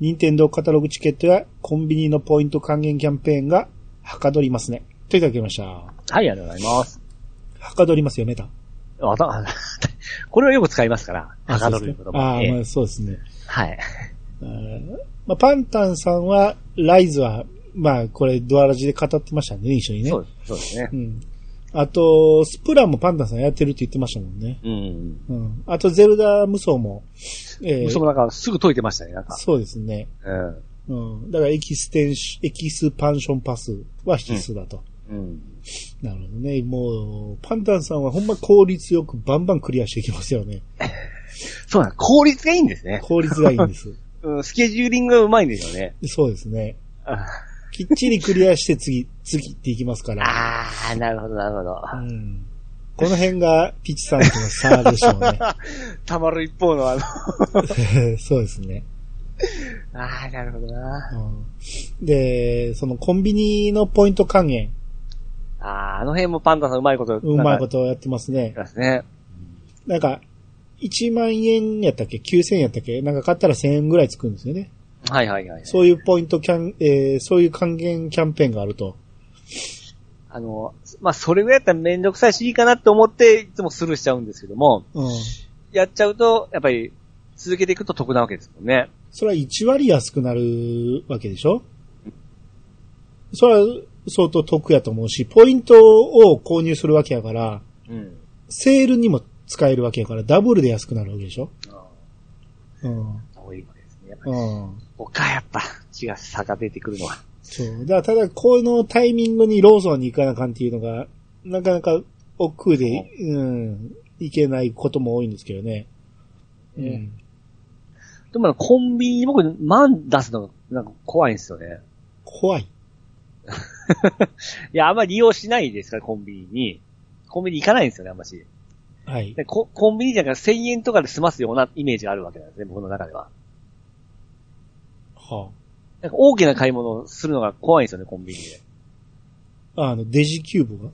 Speaker 1: 任天堂カタログチケットやコンビニのポイント還元キャンペーンがはかどりますね。といただきました。は
Speaker 2: はい、ありがとうございます。
Speaker 1: かどりますよ、メタ。
Speaker 2: あ たこれはよく使いますから、はかどること
Speaker 1: あ
Speaker 2: も。
Speaker 1: そうですねあー、まあ、
Speaker 2: ええ
Speaker 1: そうですね。
Speaker 2: は
Speaker 1: あー
Speaker 2: い。
Speaker 1: まあ、パンタンさんは、ライズは、まあ、これ、ドアラジで語ってましたね、一緒にね。
Speaker 2: そうですそうですね
Speaker 1: う。ん。あと、スプラもパンタンさんやってるって言ってましたもんね。
Speaker 2: うん。
Speaker 1: うん。あと、ゼルダ無双も。えー
Speaker 2: そもなんかすぐ解いてましたね、なんか。
Speaker 1: そうですね。
Speaker 2: うん。
Speaker 1: うん。だから、エキステンシエキスパンションパスは必須だと。
Speaker 2: うん。
Speaker 1: なるほどね。もう、パンタンさんはほんま効率よくバンバンクリアしていきますよね。
Speaker 2: そうなん効率がいいんですね。
Speaker 1: 効率がいいんです。
Speaker 2: うん、スケジューリングがうまいんですよね。
Speaker 1: そうですね。
Speaker 2: あ
Speaker 1: きっちりクリアして次、次っていきますから。
Speaker 2: あー、なるほど、なるほど。
Speaker 1: うんこの辺がピチさんとの差でしょう
Speaker 2: たまる一方のあの、
Speaker 1: ね。そうですね、
Speaker 2: ああ、なるほどな。
Speaker 1: うんで、そのコンビニのポイント還元、
Speaker 2: ああ、あの辺もパンダさんうまいこと。。
Speaker 1: うまいこととをやってますね。
Speaker 2: ですね。
Speaker 1: なんか、1万円やったっけ ?9000 円やったっけなんか買ったら1000円ぐらいつくんですよね。
Speaker 2: はいはいはい。
Speaker 1: そういうポイントキャン、えーそういう還元キャンペーンがあると。
Speaker 2: あの、まあ、それぐらいだったらめんどくさいし、いいかなって思って、いつもスルーしちゃうんですけども、
Speaker 1: うん。
Speaker 2: やっちゃうと、やっぱり、続けていくと得なわけですもんね。
Speaker 1: それは1割安くなるわけでしょそれは相当得やと思うし、ポイントを購入するわけやから、
Speaker 2: うん。
Speaker 1: セールにも使えるわけやから、ダブルで安くなるわけでしょ
Speaker 2: あ
Speaker 1: うん。
Speaker 2: あ、多いわけですね。やっぱり、
Speaker 1: うん。
Speaker 2: ここか、やっぱ、血が差が出てくるのは。
Speaker 1: そう。だから、ただ、このタイミングにローソンに行かなあかんっていうのが、なかなか億劫で、うん、行けないことも多いんですけどね。う
Speaker 2: ね
Speaker 1: ん。
Speaker 2: でも、コンビニ、僕、万出すのが、なんか怖いんですよね。
Speaker 1: 怖い。
Speaker 2: いや、あんまり利用しないですから、コンビニに。コンビニ行かないんですよね、あんまし。
Speaker 1: はい。
Speaker 2: でココンビニじゃなくて1000円とかで済ますようなイメージがあるわけなんですね、僕の中では。
Speaker 1: は
Speaker 2: なんか大きな買い物をするのが怖いんですよね、コンビニで。
Speaker 1: あ。あの、デジキューブが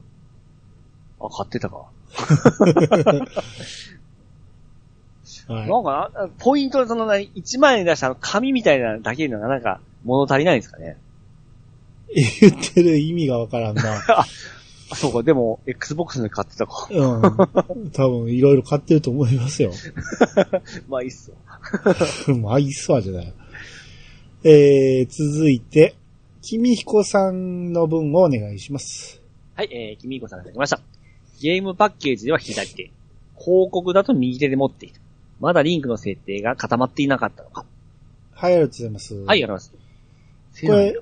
Speaker 2: あ、買ってたか。
Speaker 1: はい。
Speaker 2: なんかな、ポイントでその何、1万円出したあの紙みたいなだけのがなんか物足りないんですかね。
Speaker 1: 言ってる意味がわからんな。
Speaker 2: あ、そうか、でも、Xbox で買ってたか。
Speaker 1: うん。多分、いろいろ買ってると思いますよ。
Speaker 2: まあいいっすよ。
Speaker 1: まあ、いいっすわ、じゃない。えー、続いて、君彦さんの分をお願いします。
Speaker 2: はい、えー、君彦さんがいただきました。ゲームパッケージでは左手。広告だと右手で持っている。まだリンクの設定が固まっていなかったのか。
Speaker 1: はい、ありがとうございます。
Speaker 2: はい、あります。
Speaker 1: これ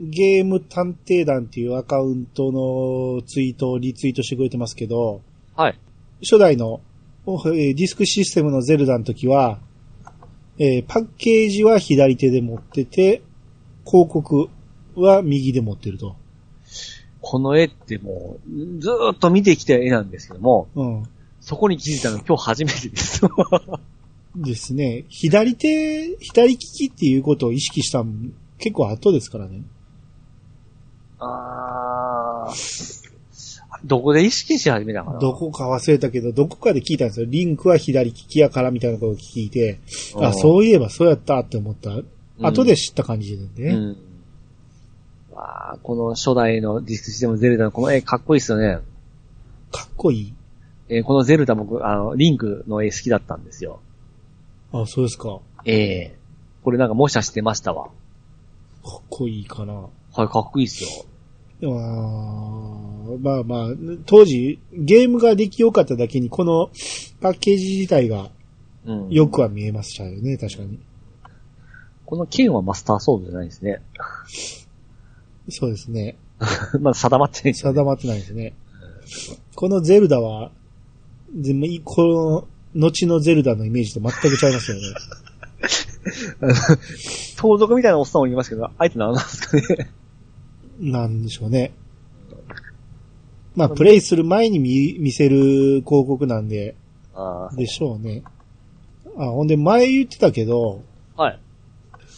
Speaker 1: ゲーム探偵団っていうアカウントのツイートをリツイートしてくれてますけど、
Speaker 2: はい。
Speaker 1: 初代のおえーディスクシステムのゼルダの時は、えーパッケージは左手で持ってて、広告は右で持ってると。
Speaker 2: この絵ってもう、ずーっと見てきた絵なんですけども、
Speaker 1: うん。
Speaker 2: そこに気づいたの今日初めて です。
Speaker 1: ですね。左手、左利きっていうことを意識したん結構後ですからね。
Speaker 2: あー。どこで意識し始めたかな
Speaker 1: どこか忘れたけど、どこかで聞いたんですよ。リンクは左利きやからみたいなことを聞いて、あ、そういえばそうやったって思った。
Speaker 2: うん
Speaker 1: 後で知った感じなんで
Speaker 2: う
Speaker 1: ね。
Speaker 2: ん。わあ、この初代のディスクシステムゼルダのこの絵かっこいいっすよね。
Speaker 1: かっこいい。
Speaker 2: えーこのゼルダ僕、あの、リンクの絵好きだったんですよ。
Speaker 1: あ、そうですか。か
Speaker 2: ええこれなんか模写してましたわ。
Speaker 1: っこいいかな。
Speaker 2: はい、かっこいいっすよ。
Speaker 1: あーまあまあ、当時、ゲームができよかっただけに、このパッケージ自体が
Speaker 2: うん。
Speaker 1: よくは見えましたよね、確かに。
Speaker 2: この剣はマスターソードじゃないですね。
Speaker 1: そうですね。
Speaker 2: まだ定まってないですよ ね
Speaker 1: 定まってないですね。このゼルダは、でもいこの、後のゼルダのイメージと全くちゃいますよ ね。
Speaker 2: 盗賊みたいなおっさんもいますけど、あえて何なんですかね。
Speaker 1: なんでしょうね。まあ、プレイする前に見見せる広告なんで、
Speaker 2: ああ、
Speaker 1: でしょうね。あ、ほんで前言ってたけど、
Speaker 2: はい。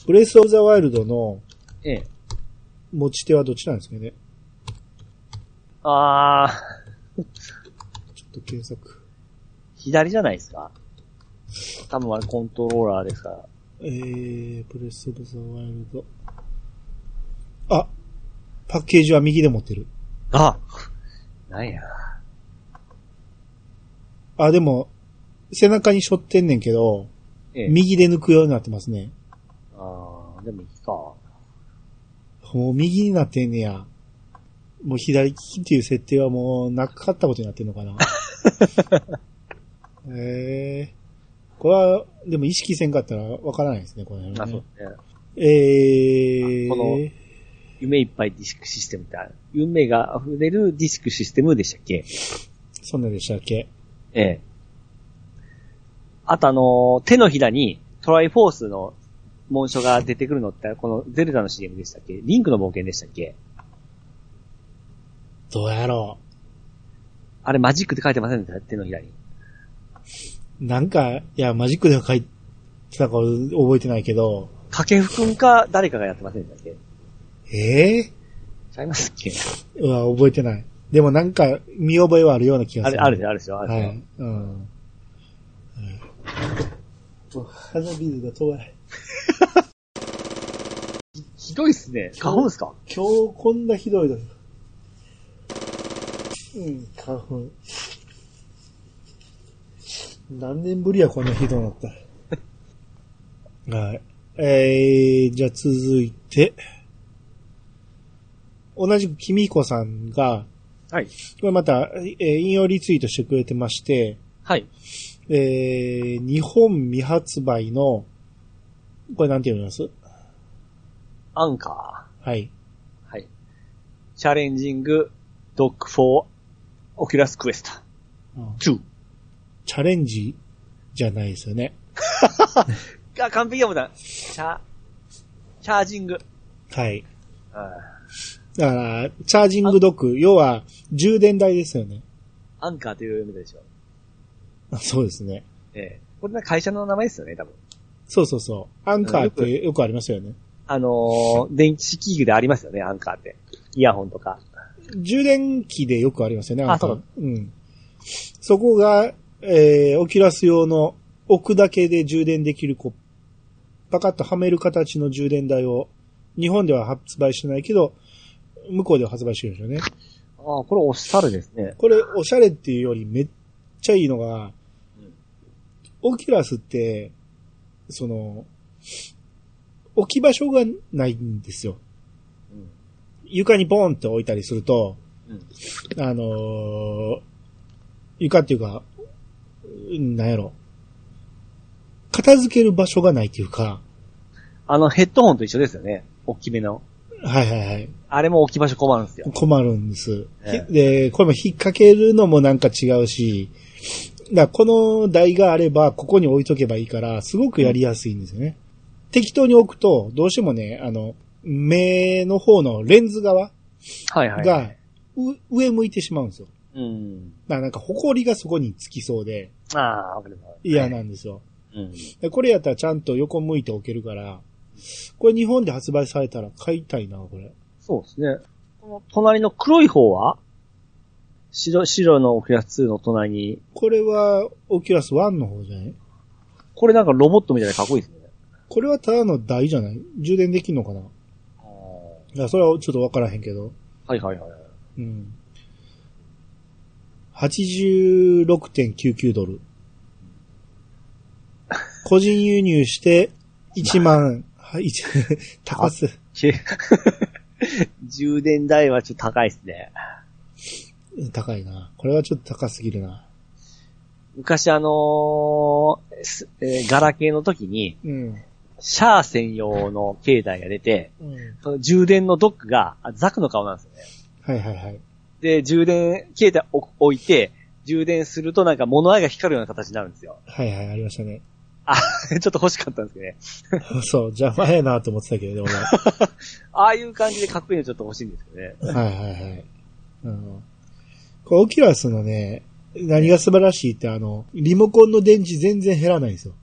Speaker 1: ブレイスオブザワイルドの
Speaker 2: ええ。
Speaker 1: 持ち手はどっちなんですかね。
Speaker 2: ああ、
Speaker 1: ちょっと検索。
Speaker 2: 左じゃないですか。多分あれコントローラーですから。
Speaker 1: えー、ブレイスオブザワイルド。あ、パッケージは右で持ってる。
Speaker 2: あなんや。
Speaker 1: あ、でも、背中に背負ってんねんけど、
Speaker 2: ええ。
Speaker 1: 右で抜くようになってますね。
Speaker 2: ああ、でもいいか。
Speaker 1: もう右になってんねや。もう左利きっていう設定はもうなかったことになってんのか な。えー、これは、でも意識せんかったらわからないですね、この
Speaker 2: あ、
Speaker 1: 辺
Speaker 2: そう
Speaker 1: ね。
Speaker 2: ですね。
Speaker 1: えー、
Speaker 2: この夢いっぱいディスクシステムってある。夢が溢れるディスクシステムでしたっけ
Speaker 1: そんなでしたっけ
Speaker 2: ええ。あとあのー手のひらにトライフォースの紋章が出てくるのって、このゼルダの CM でしたっけリンクの冒険でしたっけ
Speaker 1: どうやろ
Speaker 2: あれマジックって書いてませんでした手のひらに。
Speaker 1: う。なんか、いや、マジックでは書いてたか覚えてないけど、
Speaker 2: 掛布くんか誰かがやってませんでしたっけ
Speaker 1: え
Speaker 2: ちゃいますっけ
Speaker 1: ー、うわ、覚えてない。でもなんか、見覚えはあるような気が
Speaker 2: あ
Speaker 1: す
Speaker 2: れ、
Speaker 1: る。
Speaker 2: あるでしょ、あるでしょ、ある
Speaker 1: は
Speaker 2: でしょ。
Speaker 1: い。うん。花ビールが遠い。
Speaker 2: ひどいっすね。花粉っすか
Speaker 1: 今日こんなひどいの。うん、花粉。何年ぶりやこんなひどいのだった。 はい。えー、じゃあ続いて。同じく君彦さんが、
Speaker 2: はい。
Speaker 1: これまた、えー引用リツイートしてくれてまして、
Speaker 2: はい。
Speaker 1: えー、日本未発売の、これなんて読みます
Speaker 2: アンカ
Speaker 1: はい。
Speaker 2: ー。はい。チャレンジングドッグフォーオキュラスクエスト2。
Speaker 1: チャレンジじゃないですよね。
Speaker 2: あ、完璧やもんだ。チャ、チャージング。
Speaker 1: はい。
Speaker 2: あ
Speaker 1: だから、チャージングドック、要は、充電台ですよね。
Speaker 2: アンカーという読み方でしょ。
Speaker 1: そうですね。
Speaker 2: ええこれね、会社の名前ですよね、多分。
Speaker 1: そうそうそう。アンカーってよくありますよね。
Speaker 2: あの ー、電気器具でありますよね、アンカーって。イヤホンとか。
Speaker 1: 充電器でよくありますよね、
Speaker 2: あ
Speaker 1: アンカー
Speaker 2: そう
Speaker 1: うん。そこが、えー、オキュラス用の置くだけで充電できる、こう、パカッとはめる形の充電台を、日本では発売してないけど、向こうでは発売してるんですよね。
Speaker 2: ああ、これおしゃれですね。
Speaker 1: これ、おしゃれっていうよりめっちゃいいのが
Speaker 2: うん、
Speaker 1: オキュラスって、その、置き場所がないんですよ。
Speaker 2: うん。
Speaker 1: 床にポンって置いたりすると、
Speaker 2: うん。
Speaker 1: あのー床っていうか、うんなんやろ。片付ける場所がないっていうか、
Speaker 2: あの、ヘッドホンと一緒ですよね。大きめの。
Speaker 1: はいはいはい。
Speaker 2: あれも置き場所困るんですよ。
Speaker 1: 困るんです。
Speaker 2: ええ
Speaker 1: で、これも引っ掛けるのもなんか違うし、だからこの台があれば、ここに置いとけばいいから、すごくやりやすいんですよね。適当に置くと、どうしてもね、あの、目の方のレンズ側
Speaker 2: はいはい。
Speaker 1: が、う上向いてしまうんですよ。
Speaker 2: うん。
Speaker 1: だからなんか、埃がそこにつきそうで、
Speaker 2: ああ、わかります。
Speaker 1: 嫌なんですよ。
Speaker 2: うん。
Speaker 1: でこれやったらちゃんと横向いておけるから、これ日本で発売されたら買いたいな、これ。
Speaker 2: そうですね。この隣の黒い方は白、白のオキュラス2の隣に、
Speaker 1: これは、オキュラス1の方じゃない
Speaker 2: これなんかロボットみたいでかっこいいですね。
Speaker 1: これはただの台じゃない充電できんのかな
Speaker 2: はい
Speaker 1: や、それはちょっとわからへんけど。
Speaker 2: いはいはい。
Speaker 1: うん。86.99ドル。個人輸入して1万、はい、一 高す。
Speaker 2: け 充電台はちょっと高いですね。
Speaker 1: 高いな。これはちょっと高すぎるな。
Speaker 2: 昔あのーすえーガラケーの時に、
Speaker 1: うん。
Speaker 2: シャー専用の携帯が出て、
Speaker 1: うん。
Speaker 2: その充電のドックがあザクの顔なんですよ
Speaker 1: は
Speaker 2: ね。
Speaker 1: いはいはい。
Speaker 2: で、充電、携帯を置いて、充電するとなんか物合いが光るような形になるんですよ。
Speaker 1: はいはい、ありましたね。
Speaker 2: ちょっと欲しかったんですけどね。
Speaker 1: そう、邪魔やなと思ってたけどね、
Speaker 2: ああいう感じでかっこいいのちょっと欲しいんですよね。
Speaker 1: 俺は。はいはいはい。あの、これオキュラスのね、何が素晴らしいってあの、リモコンの電池全然減らないんですよ。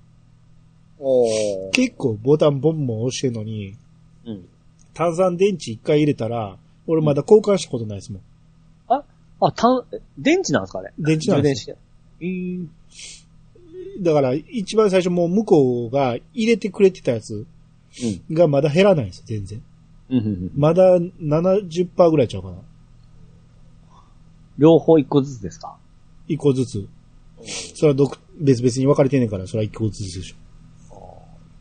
Speaker 2: おー。
Speaker 1: 結構ボタンボンボン押してるのに、
Speaker 2: うん。
Speaker 1: 炭酸電池一回入れたら、俺まだ交換したことないですもん。
Speaker 2: あ、たん、電池なんですかあれ。
Speaker 1: 電池なんです
Speaker 2: すえー、
Speaker 1: だから、一番最初もう向こうが入れてくれてたやつ
Speaker 2: うん。
Speaker 1: がまだ減らないんですよ、全然。
Speaker 2: うんうんうん。
Speaker 1: まだ70%ぐらいちゃうかな。
Speaker 2: 両方一個ずつですか
Speaker 1: 一個ずつ。それは独別々に分かれてんねんから、それは一個ずつでしょ。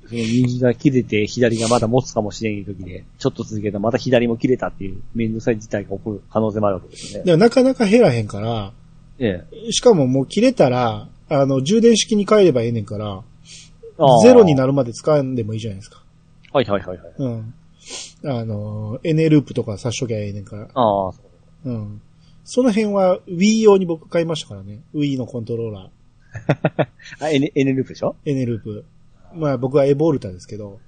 Speaker 2: その右が切れて左がまだ持つかもしれん時で、ちょっと続けたらまた左も切れたっていうめんどくさい事態が起こる可能性もあるわけですよ
Speaker 1: だ
Speaker 2: ね。
Speaker 1: からなかなか減らへんから、
Speaker 2: ええ。
Speaker 1: しかももう切れたら、あの、充電式に変えればええねんから、
Speaker 2: あー
Speaker 1: ゼロになるまで使んでもいいじゃないですか。
Speaker 2: はいはいはいはい。
Speaker 1: うん。あの、NA ループとかさしときゃええねんから。
Speaker 2: ああ、そう
Speaker 1: うん。その辺は Wii 用に僕買いましたからね。Wii のコントローラ
Speaker 2: あ、エネ、エネループでしょ
Speaker 1: ー、NA ループ。まあ僕はエボルタですけど、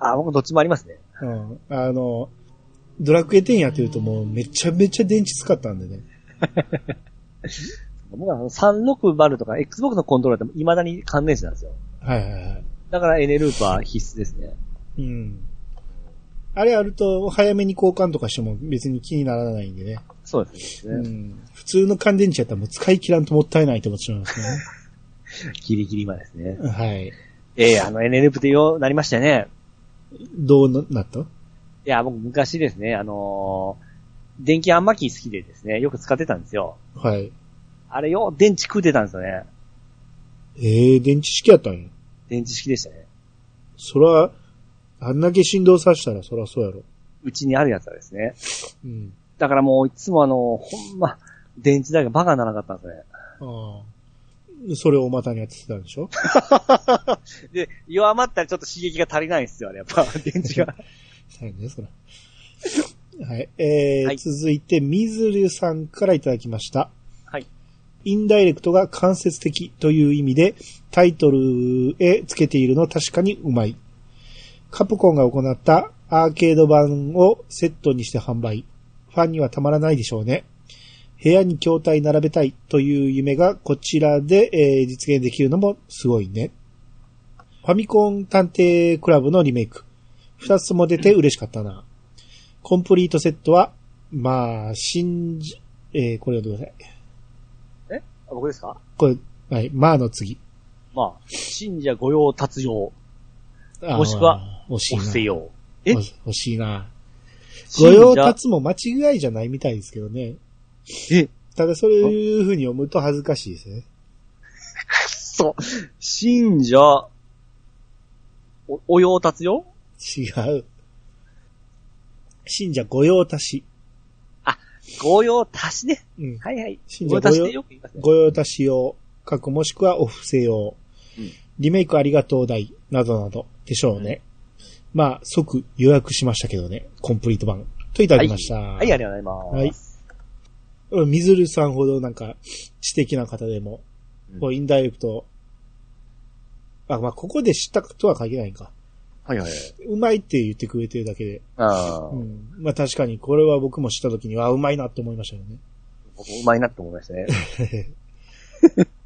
Speaker 2: ああ、僕どっちもありますね。
Speaker 1: うん。あの、ドラクエ10やってるともうめちゃめちゃ電池使ったんでね。
Speaker 2: 僕はあの360とか Xbox のコントローラーって未だに関連値なんですよ。
Speaker 1: はいはいはい。
Speaker 2: だからエネループは必須ですね。
Speaker 1: うん。あれあると早めに交換とかしても別に気にならないんでね。
Speaker 2: そうですね。
Speaker 1: うん。普通の乾電池やったらもう使い切らんともったいないと思ってしまいますね。
Speaker 2: ギリギリまでですね。
Speaker 1: はい。
Speaker 2: ええあの、エネループってようなりましたよね。
Speaker 1: どうなった
Speaker 2: いや、僕昔ですね、あのー電気あんまき好きでですね、よく使ってたんですよ。
Speaker 1: はい。
Speaker 2: あれよ、電池食うてたんですよね。
Speaker 1: ええー、電池式やったんや。
Speaker 2: 電池式でしたね。
Speaker 1: そら、あんだけ振動させたらそらそうやろ。
Speaker 2: うちにあるやつはですね。
Speaker 1: うん。
Speaker 2: だからもういつもあの、ほんま、電池代がバカにならなかったんで
Speaker 1: ああ。それをまたにやってたんでしょ
Speaker 2: すね。 で、弱まったらちょっと刺激が足りないんですよね、やっぱ、 電池が。
Speaker 1: 大変ね、そら。はい。えー
Speaker 2: はい
Speaker 1: 続いて、みずるさんからいただきました。
Speaker 2: はい。
Speaker 1: インダイレクトが間接的という意味で、タイトルへつけているの確かにうまい。カプコンが行ったアーケード版をセットにして販売。ファンにはたまらないでしょうね。部屋に筐体並べたいという夢がこちらで、えー実現できるのもすごいね。ファミコン探偵クラブのリメイク。二つとも出て嬉しかったな。コンプリートセットは、まあ、信じ、えーこれをどうださい。
Speaker 2: えあ僕ですか
Speaker 1: これ、はい、まあの次。
Speaker 2: まあ、信者御用達用、
Speaker 1: あー
Speaker 2: もしくは、
Speaker 1: 惜
Speaker 2: お布施
Speaker 1: しいな。
Speaker 2: 用。え
Speaker 1: 惜惜しいな。御
Speaker 2: 信
Speaker 1: 用
Speaker 2: 者、
Speaker 1: 達も間違いじゃないみたいですけどね。
Speaker 2: え、
Speaker 1: ただそういう風に思うと恥ずかしいですね。
Speaker 2: そう。信者、お、お用達用
Speaker 1: 違う。信者御用達。
Speaker 2: 御用達ね。
Speaker 1: うん。
Speaker 2: はいはい。
Speaker 1: 信
Speaker 2: 御
Speaker 1: 者
Speaker 2: 用
Speaker 1: 御
Speaker 2: 達で
Speaker 1: 用
Speaker 2: よく言いますね。
Speaker 1: 御用達用、過去もしくはお布施用、
Speaker 2: うん
Speaker 1: リメイクありがとう代、などなどでしょうね。まあ、即予約しましたけどね、コンプリート版。といただきました。
Speaker 2: はい、はいありがとうございます。
Speaker 1: うんみずるさんほどなんか、知的な方でも、
Speaker 2: うん
Speaker 1: こう、インダイレクト、あ、まあ、ここで知ったとは限らないか。
Speaker 2: はいはいはい。
Speaker 1: うまいって言ってくれてるだけで。
Speaker 2: ああ
Speaker 1: う、ん。まあ、確かに、これは僕も知った時には、あうまいなって思いましたよね。
Speaker 2: 僕うまいなって思いま したね。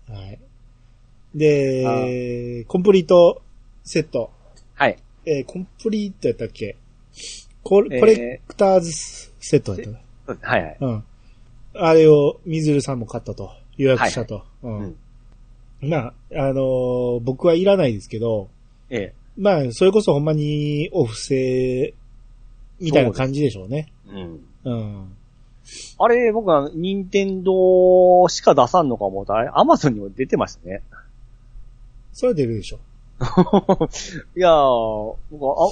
Speaker 1: はい。で、コンプリートセット。
Speaker 2: はい。
Speaker 1: えーコンプリートやったっけコ
Speaker 2: えー
Speaker 1: コレクターズセットやったな、
Speaker 2: そうですはいはい。
Speaker 1: うん。あれを、みずるさんも買ったと。予約したと。うん。まあ、あのー僕はいらないですけど、
Speaker 2: ええ。
Speaker 1: まあ、それこそほんまに、お布施、みたいな感じでしょうね。
Speaker 2: うん。
Speaker 1: うん。
Speaker 2: あれ、僕は、任天堂しか出さんのか思うと、あれ、アマゾンにも出てましたね。
Speaker 1: それは出るでしょ。
Speaker 2: いやー、僕は、あ、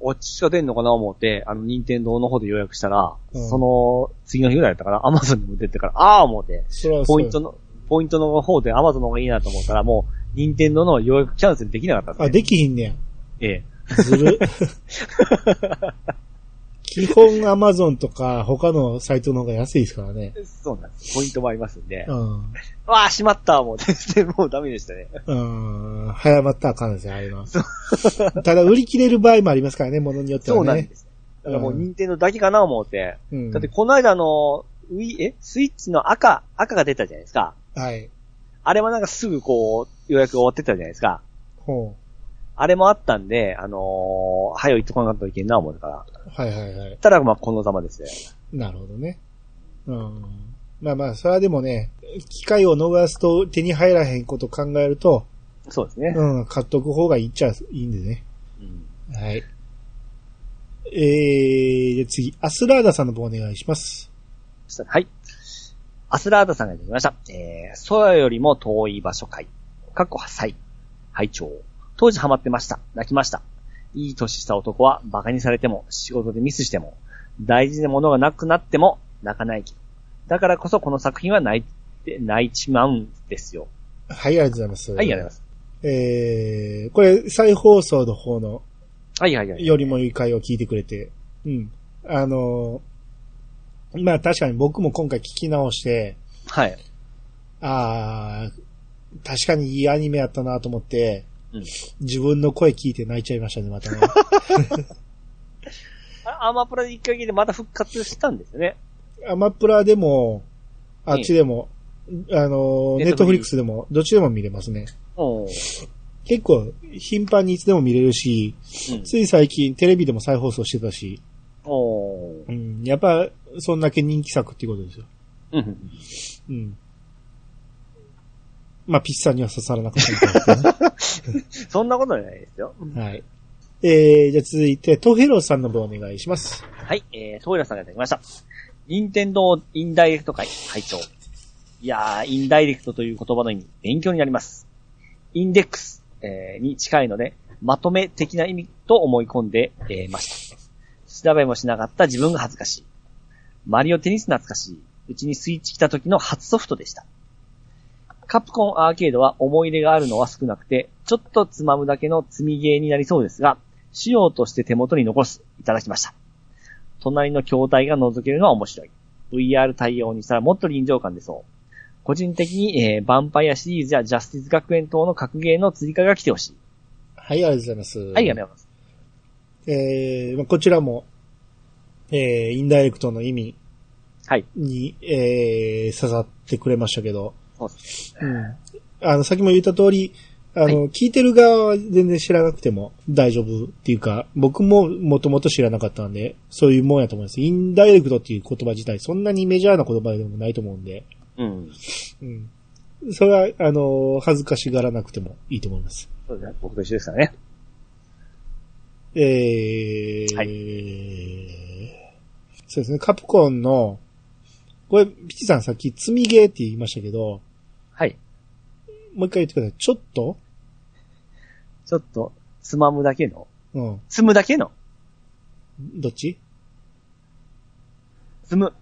Speaker 2: おっちしか出んのかな思って、あの、任天堂の方で予約したら、
Speaker 1: うん
Speaker 2: その、次の日ぐらいだったかな、アマゾンにも出てから、あー思って、
Speaker 1: それはそう
Speaker 2: ポイントの、ポイントの方でアマゾンの方がいいなと思ったら、もう、任天堂の予約キャンセルできなかった
Speaker 1: あ、
Speaker 2: んです
Speaker 1: で
Speaker 2: ね。
Speaker 1: きひんねや。
Speaker 2: ええ。
Speaker 1: ず る。基本アマゾンとか他のサイトの方が安いですからね。
Speaker 2: そうなんです。ポイントもありますんで
Speaker 1: う。ん。
Speaker 2: わあ、しまったもう、全然もうダメ でしたね。
Speaker 1: うん。早まったらあかんですよ、ああいうのは。 ただ、売り切れる場合もありますからね、ものによっては
Speaker 2: そ
Speaker 1: ね。
Speaker 2: うなんです。だからもう、任天堂だけかな思って。
Speaker 1: うん
Speaker 2: だって、この間あの、ウィ、えスイッチの赤、赤が出たじゃないですか。
Speaker 1: はい。
Speaker 2: あれはなんかすぐこう、予約終わってたじゃないですか。
Speaker 1: ほ
Speaker 2: あれもあったんで、あのー、早いとこなかったといけんな思うから。
Speaker 1: う。はいはいはい。
Speaker 2: ただ、まあ、このざまですね。
Speaker 1: なるほどね。うん。まあまあ、それはでもね、機会を逃すと手に入らへんこと考えると、
Speaker 2: そうですね。
Speaker 1: うん、買っとく方がいいっちゃいいんでね。
Speaker 2: うん
Speaker 1: はい。えー、じゃあ次、アスラーダさんの方お願いします。
Speaker 2: そしたらはい。アスラーダさんがいただきました。えー、空よりも遠い場所会。過去8歳。拝聴。当時ハマってました。泣きました。いい年した男は馬鹿にされても、仕事でミスしても、大事なものがなくなっても泣かないけど。だからこそこの作品は泣いて、泣いちまうんですよ。
Speaker 1: はい、ありがとうございます。
Speaker 2: はい、ありがとうご
Speaker 1: ま
Speaker 2: ざい
Speaker 1: す。えー、これ、再放送の方の
Speaker 2: ます。はい、はい、はい。
Speaker 1: よりもいい回を聞いてくれて、うん。あのーまあ確かに僕も今回聞き直して、
Speaker 2: はい。
Speaker 1: あー、確かにいいアニメやったなと思って、
Speaker 2: うん
Speaker 1: 自分の声聞いて泣いちゃいましたね、ま たね。
Speaker 2: あアマプラで一回聞いてまた復活したんですよね。
Speaker 1: アマプラでも、あっちでも、あのー、ネットフリックスでも、どっちでも見れますね。
Speaker 2: うん。うん。
Speaker 1: 結構、頻繁にいつでも見れるし、つい最近テレビでも再放送してたし、
Speaker 2: おー
Speaker 1: うん、やっぱ、そんだけ人気作っていうことですよ。
Speaker 2: うん。
Speaker 1: うん。まあ、ピッサには刺さらなかったみたい
Speaker 2: そんな ことはないですよ。
Speaker 1: なはい。えー、じゃあ続いて、トヘロさんの分お願いします。
Speaker 2: はい、えー、トイラさんがいただきました。任天堂インダイレクト会会長。いやー、インダイレクトという言葉の意味、勉強になります。インデックス、えーに近いので、まとめ的な意味と思い込んで、えーました。調べもしなかった自分が恥ずかしい。マリオテニス懐かしい。うちにスイッチ来た時の初ソフトでした。カプコンアーケードは思い入れがあるのは少なくて、ちょっとつまむだけの積みゲーになりそうですが、資料として手元に残す、いただきました。隣の筐体が覗けるのは面白い。VR 対応にしたらもっと臨場感でそう。個人的に、えー、ヴァンパイアシリーズやジャスティス学園等の格ゲーの追加が来てほしい。
Speaker 1: はい、ありがとうございます。
Speaker 2: はい、ありがとうございます。
Speaker 1: えー、まあ、こちらも、えー、インダイレクトの意味、
Speaker 2: はい。
Speaker 1: に、えー、刺さってくれましたけど、
Speaker 2: そうです。
Speaker 1: うん。あの、さっきも言った通り、あの、
Speaker 2: は
Speaker 1: 聞いてる側は全然知らなくても大丈夫っていうか、僕ももともと知らなかったんで、そういうもんやと思います。インダイレクトっていう言葉自体、そんなにメジャーな言葉でもないと思うんで、
Speaker 2: うん。
Speaker 1: うん。それは、あの、恥ずかしがらなくてもいいと思います。
Speaker 2: そうですね。僕と一緒ですからね。
Speaker 1: えー、
Speaker 2: はい
Speaker 1: そうですね、カプコンの、これ、ピチさんさっき、積みゲーって言いましたけど、
Speaker 2: はい。
Speaker 1: もう一回言ってください。ちょっと
Speaker 2: ちょっと、つまむだけの、
Speaker 1: うん。
Speaker 2: 積むだけの、
Speaker 1: どっち
Speaker 2: 積む、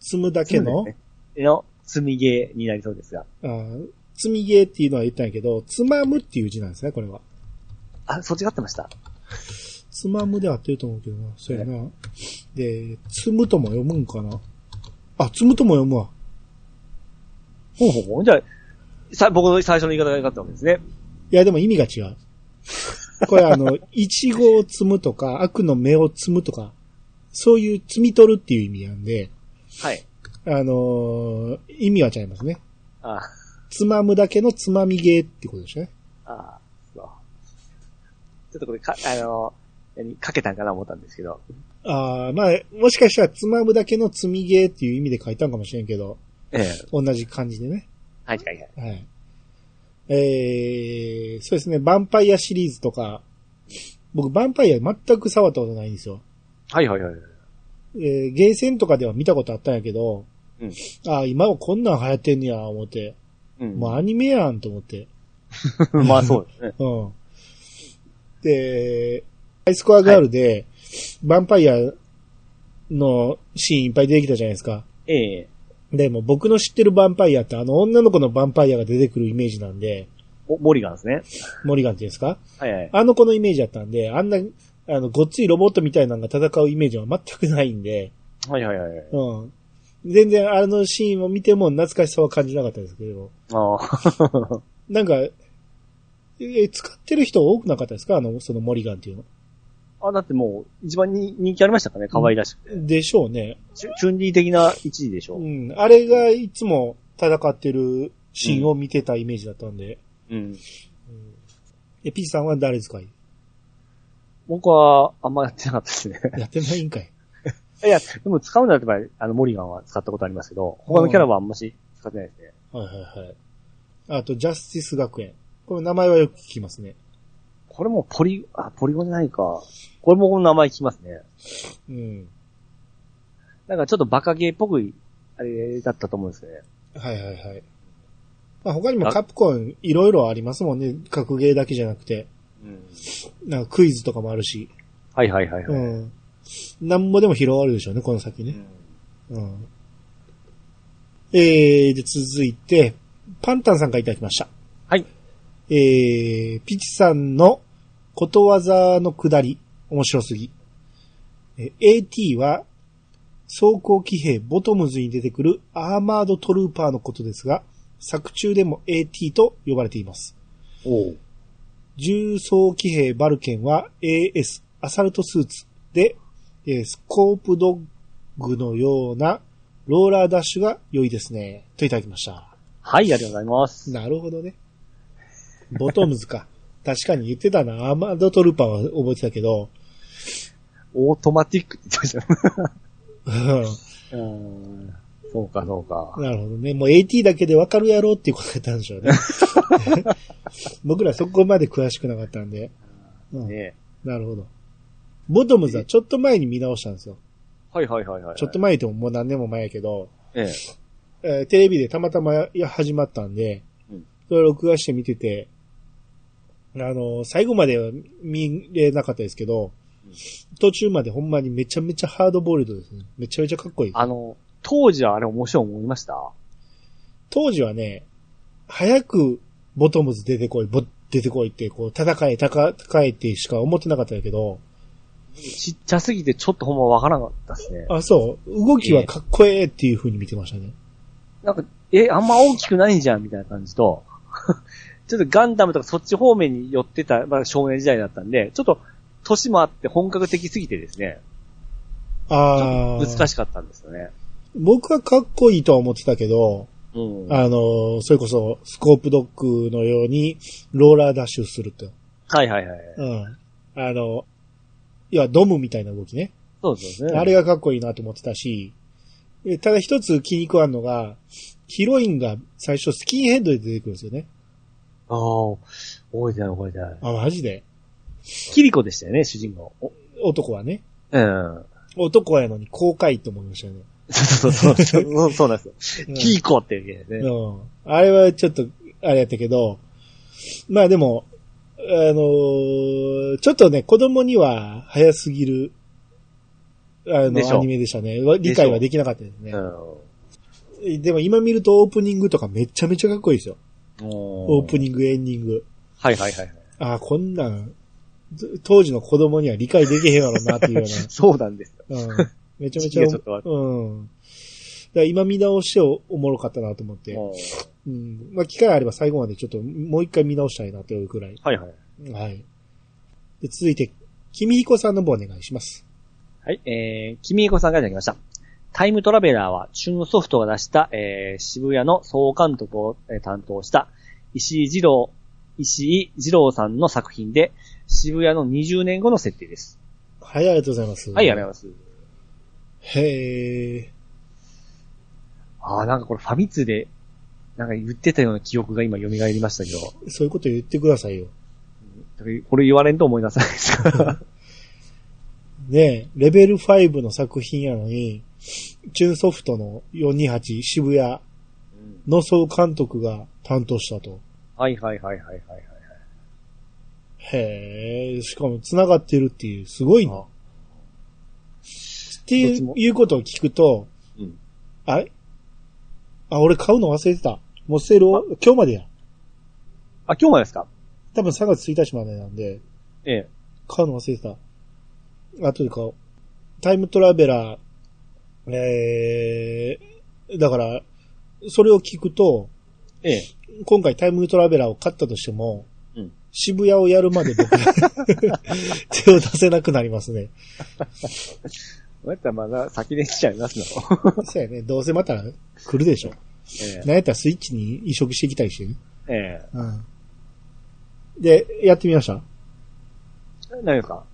Speaker 1: 積むだけ
Speaker 2: 積む
Speaker 1: の、
Speaker 2: ですねの、積みゲーになりそうですが。
Speaker 1: あー積みゲーっていうのは言ったんやけど、つまむっていう字なんですね、これは。
Speaker 2: あ、そっちが合ってました。
Speaker 1: つまむで合ってると思うけどな。そうやな。で、積むとも読むんかな。あ、積むとも読むわ。
Speaker 2: ほうほうほう。じゃあ、さ、僕の最初の言い方が良かったわけですね。
Speaker 1: いや、でも意味が違う。これあの、いちごを積むとか、悪の芽を積むとか、そういう摘み取るっていう意味なんで、
Speaker 2: はい。
Speaker 1: あのー意味は違いますね。
Speaker 2: あ
Speaker 1: つまむだけのつまみゲーってことですね。
Speaker 2: あ、そう。ちょっとこれか、あの、何かけたんかな思ったんですけど。
Speaker 1: ああ、まあ、もしかしたらつまむだけの積みゲーっていう意味で書いたんかもしれんけど、
Speaker 2: ええ。
Speaker 1: 同じ感じでね。
Speaker 2: はい、はい、はい。
Speaker 1: はい。えー、そうですね、ヴァンパイアシリーズとか、僕、ヴァンパイア全く触ったことないんですよ。
Speaker 2: はい、はい、はい。
Speaker 1: えーゲーセンとかでは見たことあったんやけど、
Speaker 2: うん
Speaker 1: あー今はこんなん流行ってんねや、思って。
Speaker 2: うん。
Speaker 1: もうアニメやん、と思って。
Speaker 2: あ、 まあそうですね。
Speaker 1: うん。で、ハイスコアガールで、ヴァンパイアのシーンいっぱい出てきたじゃないですか。
Speaker 2: ええ。
Speaker 1: でも僕の知ってるヴァンパイアってあの女の子のヴァンパイアが出てくるイメージなんで、
Speaker 2: おモリガンですね。
Speaker 1: モリガンっていうんですか
Speaker 2: はい、はい。
Speaker 1: あの子のイメージだったんで、あんな、あの、ごっついロボットみたいなのが戦うイメージは全くないんで、
Speaker 2: はい、はい、はい。
Speaker 1: うん。全然あのシーンを見ても懐かしさは感じなかったですけど、
Speaker 2: ああ。
Speaker 1: なんか、え、使ってる人多くなかったですかあの、そのモリガンっていうの。
Speaker 2: あ、だってもう、一番に人気ありましたかね可愛らしくて。
Speaker 1: でしょうね。
Speaker 2: チュチュンリー的な一位でしょ
Speaker 1: う
Speaker 2: う。
Speaker 1: ん。あれがいつも戦ってるシーンを見てたイメージだったんで。
Speaker 2: うん。
Speaker 1: え、ピーさんは誰ですか
Speaker 2: 僕は、あんまやってなかったですね。
Speaker 1: やってないんかい。
Speaker 2: いや、でも使うんだったら、あの、モリガンは使ったことありますけど、他のキャラはあんまし使ってないですね。
Speaker 1: はいはいはい。あと、ジャスティス学園。この名前はよく聞きますね。
Speaker 2: これもポリ、あ、ポリゴンじゃないか。これもこの名前聞きますね。
Speaker 1: うん。
Speaker 2: なんかちょっとバカゲーっぽく、あれだったと思うんですけどね。
Speaker 1: はいはいはい。まあ、他にもカプコンいろいろありますもんね。格ゲーだけじゃなくて。
Speaker 2: うん。
Speaker 1: なんかクイズとかもあるし。
Speaker 2: はいはいはいは
Speaker 1: う
Speaker 2: い。
Speaker 1: ん。なんぼでも広がるでしょうね、この先ね。うん。えー、で続いて、パンタンさんからいただきました。
Speaker 2: はい。
Speaker 1: えー、ピチさんのことわざのくだり、面白すぎ。えー AT は、装甲騎兵ボトムズに出てくるアーマードトルーパーのことですが、作中でも AT と呼ばれています。
Speaker 2: おう
Speaker 1: 重装騎兵バルケンは AS、アサルトスーツで、えースコープドッグのようなローラーダッシュが良いですね。といただきました。
Speaker 2: はい、ありがとうございます。
Speaker 1: なるほどね。ボトムズか。 確かに言ってたな。アーマードトルーパーは覚えてたけど。
Speaker 2: オートマティックって言ってました
Speaker 1: うん
Speaker 2: ね。うん。そうかそうか。
Speaker 1: なるほどね。もう AT だけでわかるやろっていうことだったんでしょうね。 僕らそこまで詳しくなかったんで。うん
Speaker 2: ね
Speaker 1: なるほど。ボトムズはちょっと前に見直したんですよ。
Speaker 2: はいはいはいはい。
Speaker 1: ちょっと前言ってももう何年も前やけど、
Speaker 2: ええ。
Speaker 1: えーテレビでたまたまやや始まったんで
Speaker 2: うん、
Speaker 1: それを録画して見てて、あのー、最後までは見れなかったですけど
Speaker 2: うん、
Speaker 1: 途中までほんまにめちゃめちゃハードボールドですね。めちゃめちゃかっこいい。
Speaker 2: あの、当時はあれ面白い思いました
Speaker 1: 当時はね、早くボトムズ出てこい、ボ出てこいって、こう、戦え、戦えってしか思ってなかったんやけど、
Speaker 2: ちっちゃすぎてちょっとほんまわからなかったですね。
Speaker 1: あ、そう、動きはかっこええっていう風に見てましたね。
Speaker 2: なんか、え、あんま大きくないんじゃんみたいな感じと、 ちょっとガンダムとかそっち方面に寄ってた、まあ少年時代だったんで、ちょっと、年もあって本格的すぎてですね。
Speaker 1: ああ。
Speaker 2: 難しかったんですよね。
Speaker 1: 僕はかっこいいとは思ってたけど、
Speaker 2: うん。
Speaker 1: あの、それこそスコープドッグのようにローラーダッシュすると。
Speaker 2: はいはいはい。
Speaker 1: うん。あの、いや、ドムみたいな動きね。
Speaker 2: そうですよね。
Speaker 1: あれがかっこいいなと思ってたし、えただ一つ気に食わんのが、ヒロインが最初スキンヘッドで出てくるんですよね。
Speaker 2: ああ、覚えてない覚えてない。
Speaker 1: あ、マジで。
Speaker 2: キリコでしたよね、主人公。お
Speaker 1: 男はね。
Speaker 2: うん。
Speaker 1: 男やのに公開と思いましたよね。
Speaker 2: そうそうそう。そうそうなんです
Speaker 1: うん
Speaker 2: よ。キリコっていう意味でね。
Speaker 1: うん。あれはちょっと、あれやったけど、まあでも、あのーちょっとね、子供には早すぎる、あ
Speaker 2: でし
Speaker 1: の、
Speaker 2: ょ
Speaker 1: ア
Speaker 2: う
Speaker 1: ニメでしたね。わ理解はできなかったですね
Speaker 2: う。
Speaker 1: でも今見るとオープニングとかめちゃめちゃかっこいいですよ。
Speaker 2: ん。
Speaker 1: オープ
Speaker 2: ング。
Speaker 1: ニング、エンディング。
Speaker 2: はいはいはいはい。
Speaker 1: ああ、こんなん、ず当時の子供には理解できへんやろなっていうよ
Speaker 2: そうなんですよ。
Speaker 1: う な。うん。めちゃめちゃ、
Speaker 2: ちょっとわか
Speaker 1: うん。だから今見直しておおもろかったなと思って。
Speaker 2: は
Speaker 1: うん。まあ、機会あれば最後までちょっともう一回見直したいなというくらい。
Speaker 2: いはい。
Speaker 1: はい。で続いて、君彦さんの方お願いします。
Speaker 2: はい、えー、君彦さんからいただきました。タイムトラベラーは、チュンソフトが出した、えー、渋谷の総監督をえー担当した、石井二郎、石井二郎さんの作品で、渋谷の20年後の設定です。
Speaker 1: はい、ありがとうございます。
Speaker 2: はい、ありがとうございます。
Speaker 1: ます。へえ。
Speaker 2: ああ、なんかこれファミ通で、なんか言ってたような記憶が今蘇りましたけど、
Speaker 1: そういうこと言ってくださいよ。
Speaker 2: これ言われんと思いなさいですか
Speaker 1: ねえ、レベル5の作品やのに、チュンソフトの428渋谷の総監督が担当したと。
Speaker 2: はいはいはいはいはいはい。
Speaker 1: へえ、しかも繋がってるっていう、すごいな。
Speaker 2: あ
Speaker 1: って
Speaker 2: どっ
Speaker 1: い
Speaker 2: ち
Speaker 1: う
Speaker 2: も
Speaker 1: いうことを聞くと、
Speaker 2: うん
Speaker 1: あれあ、俺買うの忘れてた。もうセールを、今日までや。
Speaker 2: あ、今日までですか
Speaker 1: 多分3月1日までなんで、
Speaker 2: ええ。
Speaker 1: 買うの忘れてた。後で買おう。タイムトラベラー、えー、だから、それを聞くと、
Speaker 2: ええ。
Speaker 1: 今回タイムトラベラーを買ったとしても、
Speaker 2: うん
Speaker 1: 渋谷をやるまで 僕、手を出せなくなりますね。
Speaker 2: そうやったらまだ先で来ちゃいますの。
Speaker 1: そうやね。どうせまた来るでしょ。
Speaker 2: え
Speaker 1: なんやったらスイッチに移植してきたりしてね。
Speaker 2: え。ええ。
Speaker 1: うん。で、やってみました
Speaker 2: 何ですか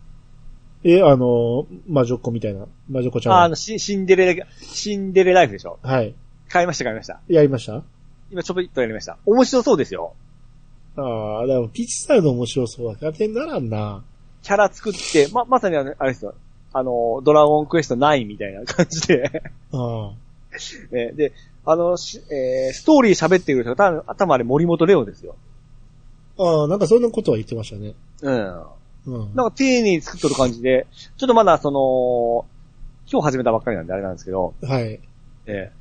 Speaker 1: え、あの、魔女っ子みたいな。魔女っ子ちゃん
Speaker 2: あ、あ
Speaker 1: は。
Speaker 2: の、シシンデレラ、シンデレライフでしょ
Speaker 1: はい。
Speaker 2: 買いました買いました。
Speaker 1: やりました
Speaker 2: 今ちょびっとやりました。面白そうですよ。
Speaker 1: ああ、でもピッチサイド面白そうだ。勝手にならんな。
Speaker 2: キャラ作って、ま、まさにあのあれですよ。あの、ドラゴンクエスト9みたいな感じで。
Speaker 1: ああ。
Speaker 2: えーで、あの、しえーストーリー喋ってくる人が、多分頭あれ森本レオですよ。
Speaker 1: ああ、なんかそんなことは言ってましたね。
Speaker 2: うん。
Speaker 1: うん。
Speaker 2: なんか丁寧に作っとる感じで、ちょっとまだその、今日始めたばっかりなんであれなんですけど、
Speaker 1: はい。
Speaker 2: え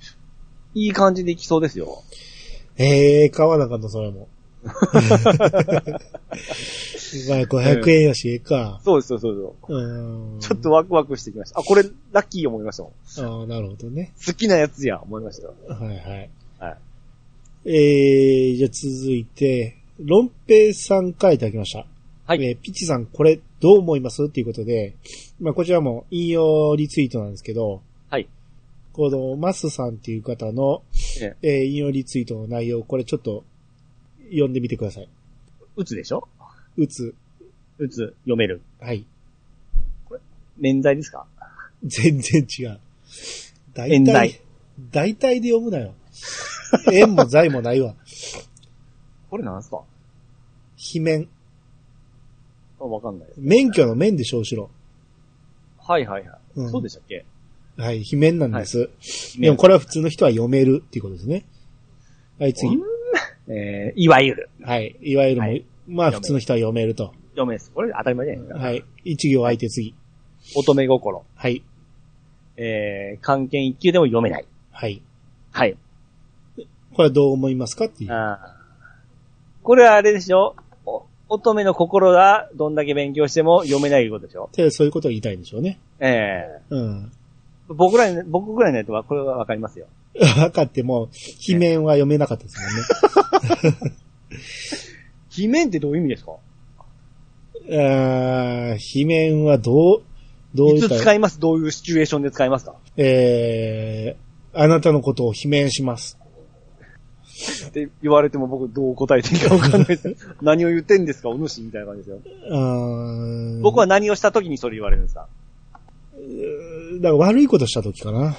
Speaker 2: ーいい感じでいきそうですよ。
Speaker 1: ええ買わなあかんの、それ も。 まあ、500円やし、ええか。
Speaker 2: そうです、そうですそうで
Speaker 1: うん。
Speaker 2: す。ちょっとワクワクしてきました。あ、これ、ラッキー思いましたもん。
Speaker 1: ああ、なるほどね。
Speaker 2: 好きなやつや、思いましたよ。
Speaker 1: はいはい。
Speaker 2: はい。
Speaker 1: えー、じゃあ続いて、ロンペイさんからいただきました。
Speaker 2: はい
Speaker 1: えーピチさん、これどう思いますっていうことで、まあ、こちらも引用リツイートなんですけど、
Speaker 2: はい。
Speaker 1: この、マスさんっていう方の、
Speaker 2: え
Speaker 1: えー引用リツイートの内容、これちょっと、読んでみてください。
Speaker 2: 打つでしょ
Speaker 1: 打つ。
Speaker 2: 打つ、読める。
Speaker 1: はい。
Speaker 2: 免罪ですか
Speaker 1: 全然違う。大
Speaker 2: 遠大
Speaker 1: 体、大体で読むなよ。縁も財もないわ。
Speaker 2: これなんですか
Speaker 1: 罷免。
Speaker 2: あわかんないです。
Speaker 1: 免許の免でしょ、後ろ。
Speaker 2: はいはいはい。
Speaker 1: うん
Speaker 2: そうでしたっけ
Speaker 1: はい、罷免なんです。でもこれは普通の人は読めるっていうことですね。はい、次。
Speaker 2: れ、えー、いわゆる。
Speaker 1: はい、いわゆるもう、
Speaker 2: はい
Speaker 1: まあ
Speaker 2: 読める
Speaker 1: 普通の人は読めると。
Speaker 2: 読めです。これ当たり前じゃないですか。
Speaker 1: はい、一行空いて次。
Speaker 2: 乙女心。
Speaker 1: はい、
Speaker 2: えー、関係一級でも読めない。
Speaker 1: はい。
Speaker 2: はい。
Speaker 1: これはどう思いますかっていう。
Speaker 2: あーこれはあれでしょお乙女の心がどんだけ勉強しても読めないことでしょ
Speaker 1: てそういうことを言いたいんでしょうね。
Speaker 2: え
Speaker 1: うん。
Speaker 2: ー、僕らに、僕ぐらいのやつはこれはわかりますよ。
Speaker 1: 分かっても、罷免は読めなかったですもんね。
Speaker 2: 罷免ってどういう意味ですか
Speaker 1: あー、罷免はどう、どう
Speaker 2: い
Speaker 1: いっ
Speaker 2: つ
Speaker 1: た
Speaker 2: 使いますどういうシチュエーションで使いますか
Speaker 1: えー、あなたのことを罷免します。
Speaker 2: って言われても僕どう答えていいかわかんないです。何を言ってんですかお主みたいな感じですよ。僕
Speaker 1: 僕
Speaker 2: は、何をした時にそれ言われるんですか
Speaker 1: だから悪いことした時かな。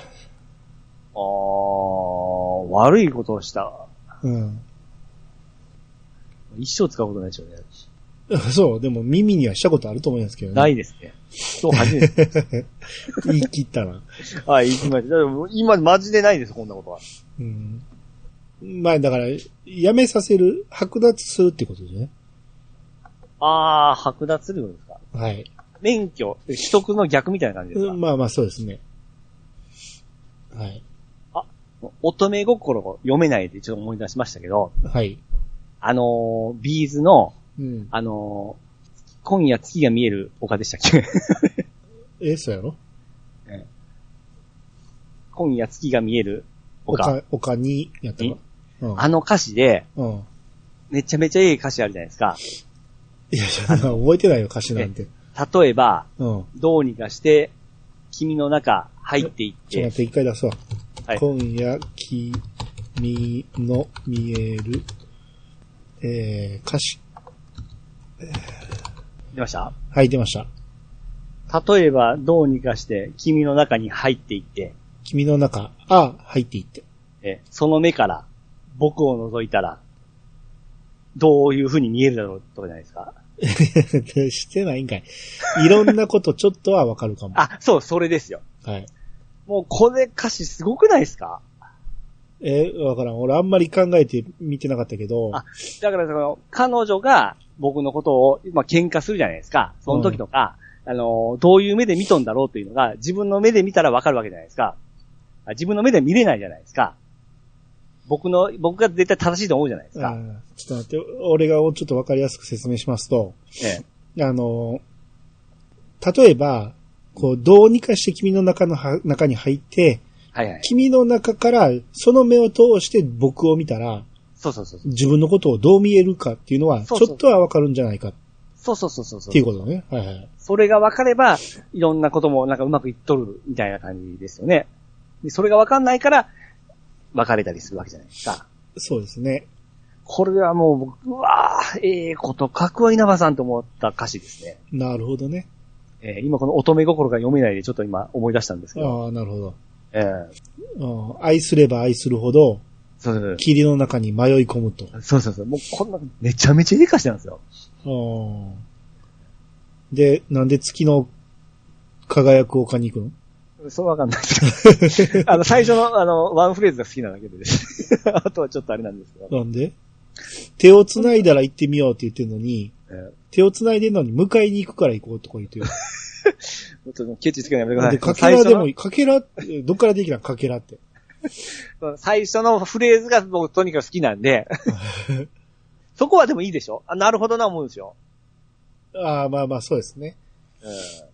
Speaker 2: あー、悪いことをした。
Speaker 1: うん。
Speaker 2: 一生使うことないでしょうね。
Speaker 1: そう、でも耳にはしたことあると思いますけどね。
Speaker 2: ないですね。そう、初め て。
Speaker 1: 言い切ったら。
Speaker 2: はい、行きました。でも今、マジでないです、こんなことは。
Speaker 1: うん。まあだから、やめさせる、剥奪するってことですね。
Speaker 2: あー、剥奪するんですか
Speaker 1: はい。
Speaker 2: 免許、取得の逆みたいな感じですか、
Speaker 1: まあまあそうですね。はい。
Speaker 2: 乙女心を読めないでちょっと思い出しましたけど、
Speaker 1: はい。
Speaker 2: あのー、ビーズの、
Speaker 1: うん。
Speaker 2: あのー、今夜月が見える丘でしたっけ
Speaker 1: え、そうやろ
Speaker 2: 今夜月が見える
Speaker 1: お
Speaker 2: 丘。
Speaker 1: か、おかにやったか。うん。
Speaker 2: あの歌詞で、
Speaker 1: うん。
Speaker 2: めちゃめちゃいい歌詞あるじゃないですか。
Speaker 1: いやいや、覚えてないよ、歌詞なんて。
Speaker 2: 例えば、
Speaker 1: うん。
Speaker 2: どうにかして、君の中入っていっ
Speaker 1: ちょっと待っ
Speaker 2: て、
Speaker 1: て、一回出すわ。
Speaker 2: はい
Speaker 1: 今夜、君の見える、えー、歌詞。
Speaker 2: 出ました
Speaker 1: はい、出ました。
Speaker 2: 例えば、どうにかして、君の中に入っていって、
Speaker 1: 君の中、あ、入っていって。
Speaker 2: えその目から、僕を覗いたら、どういう風に見えるだろうとかじゃないですか。
Speaker 1: してないんかい。いろんなことちょっとはわかるかも。
Speaker 2: あ、そう、それですよ。
Speaker 1: はい。
Speaker 2: もうこれ歌詞すごくないですか
Speaker 1: えーわからん。俺あんまり考えて見てなかったけど、
Speaker 2: あだからその、彼女が僕のことを、まあ、喧嘩するじゃないですか。その時とか、あの、どういう目で見とんだろうというのが、自分の目で見たらわかるわけじゃないですか。あ自分の目で見れないじゃないですか。僕の、僕が絶対正しいと思うじゃないです
Speaker 1: あ
Speaker 2: か。
Speaker 1: ーちょっと待って、俺がちょっとわかりやすく説明しますと、
Speaker 2: え
Speaker 1: あの、例えば、こう、どうにかして君の中のは、中に入って、
Speaker 2: えはいはい。
Speaker 1: 君の中からその目を通して僕を見たら、
Speaker 2: そうそうそうそう。
Speaker 1: 自分のことをどう見えるかっていうのは、ち
Speaker 2: そうそう
Speaker 1: ょっとはわかるんじゃないかっ
Speaker 2: そうそうそうそうそう。
Speaker 1: ていうことね。はいはい。
Speaker 2: それが分かれば、いろんなこともなんかうまくいっとるみたいな感じですよね。でそれが分かんないから、別れたりするわけじゃないですか。
Speaker 1: そうですね。
Speaker 2: これはもう僕、うわーええこと書くわ稲葉さんと思った歌詞ですね。
Speaker 1: なるほどね。
Speaker 2: えー今この乙女心が読めないでちょっと今思い出したんですけど。
Speaker 1: ああ、なるほど。
Speaker 2: ええ
Speaker 1: うん愛すれば愛するほど、
Speaker 2: そうそう
Speaker 1: 霧の中に迷い込むと。
Speaker 2: そう。そうそうそう。もうこんな、めちゃめちゃいい歌詞なんですよ。
Speaker 1: うんで、なんで月の輝く丘に行くの
Speaker 2: そうわかんないで すけど。あの、最初の、あの、ワンフレーズが好きなだけで です。あとはちょっとあれなんですけど。
Speaker 1: なんで手を繋いだら行ってみようって言ってるのに、
Speaker 2: えー
Speaker 1: 手を繋いでるのに迎えに行くから行こうとか言ってる。
Speaker 2: ちょっともうケチつけないでくださ
Speaker 1: で、
Speaker 2: い。
Speaker 1: かけらで
Speaker 2: の
Speaker 1: もいい、かけら、えどっからできたのかけらって。
Speaker 2: 最初のフレーズが僕とにかく好きな んで、そこはでもいいでしょあなるほどな思うんですよ。
Speaker 1: ああ、まあまあ、そうですね。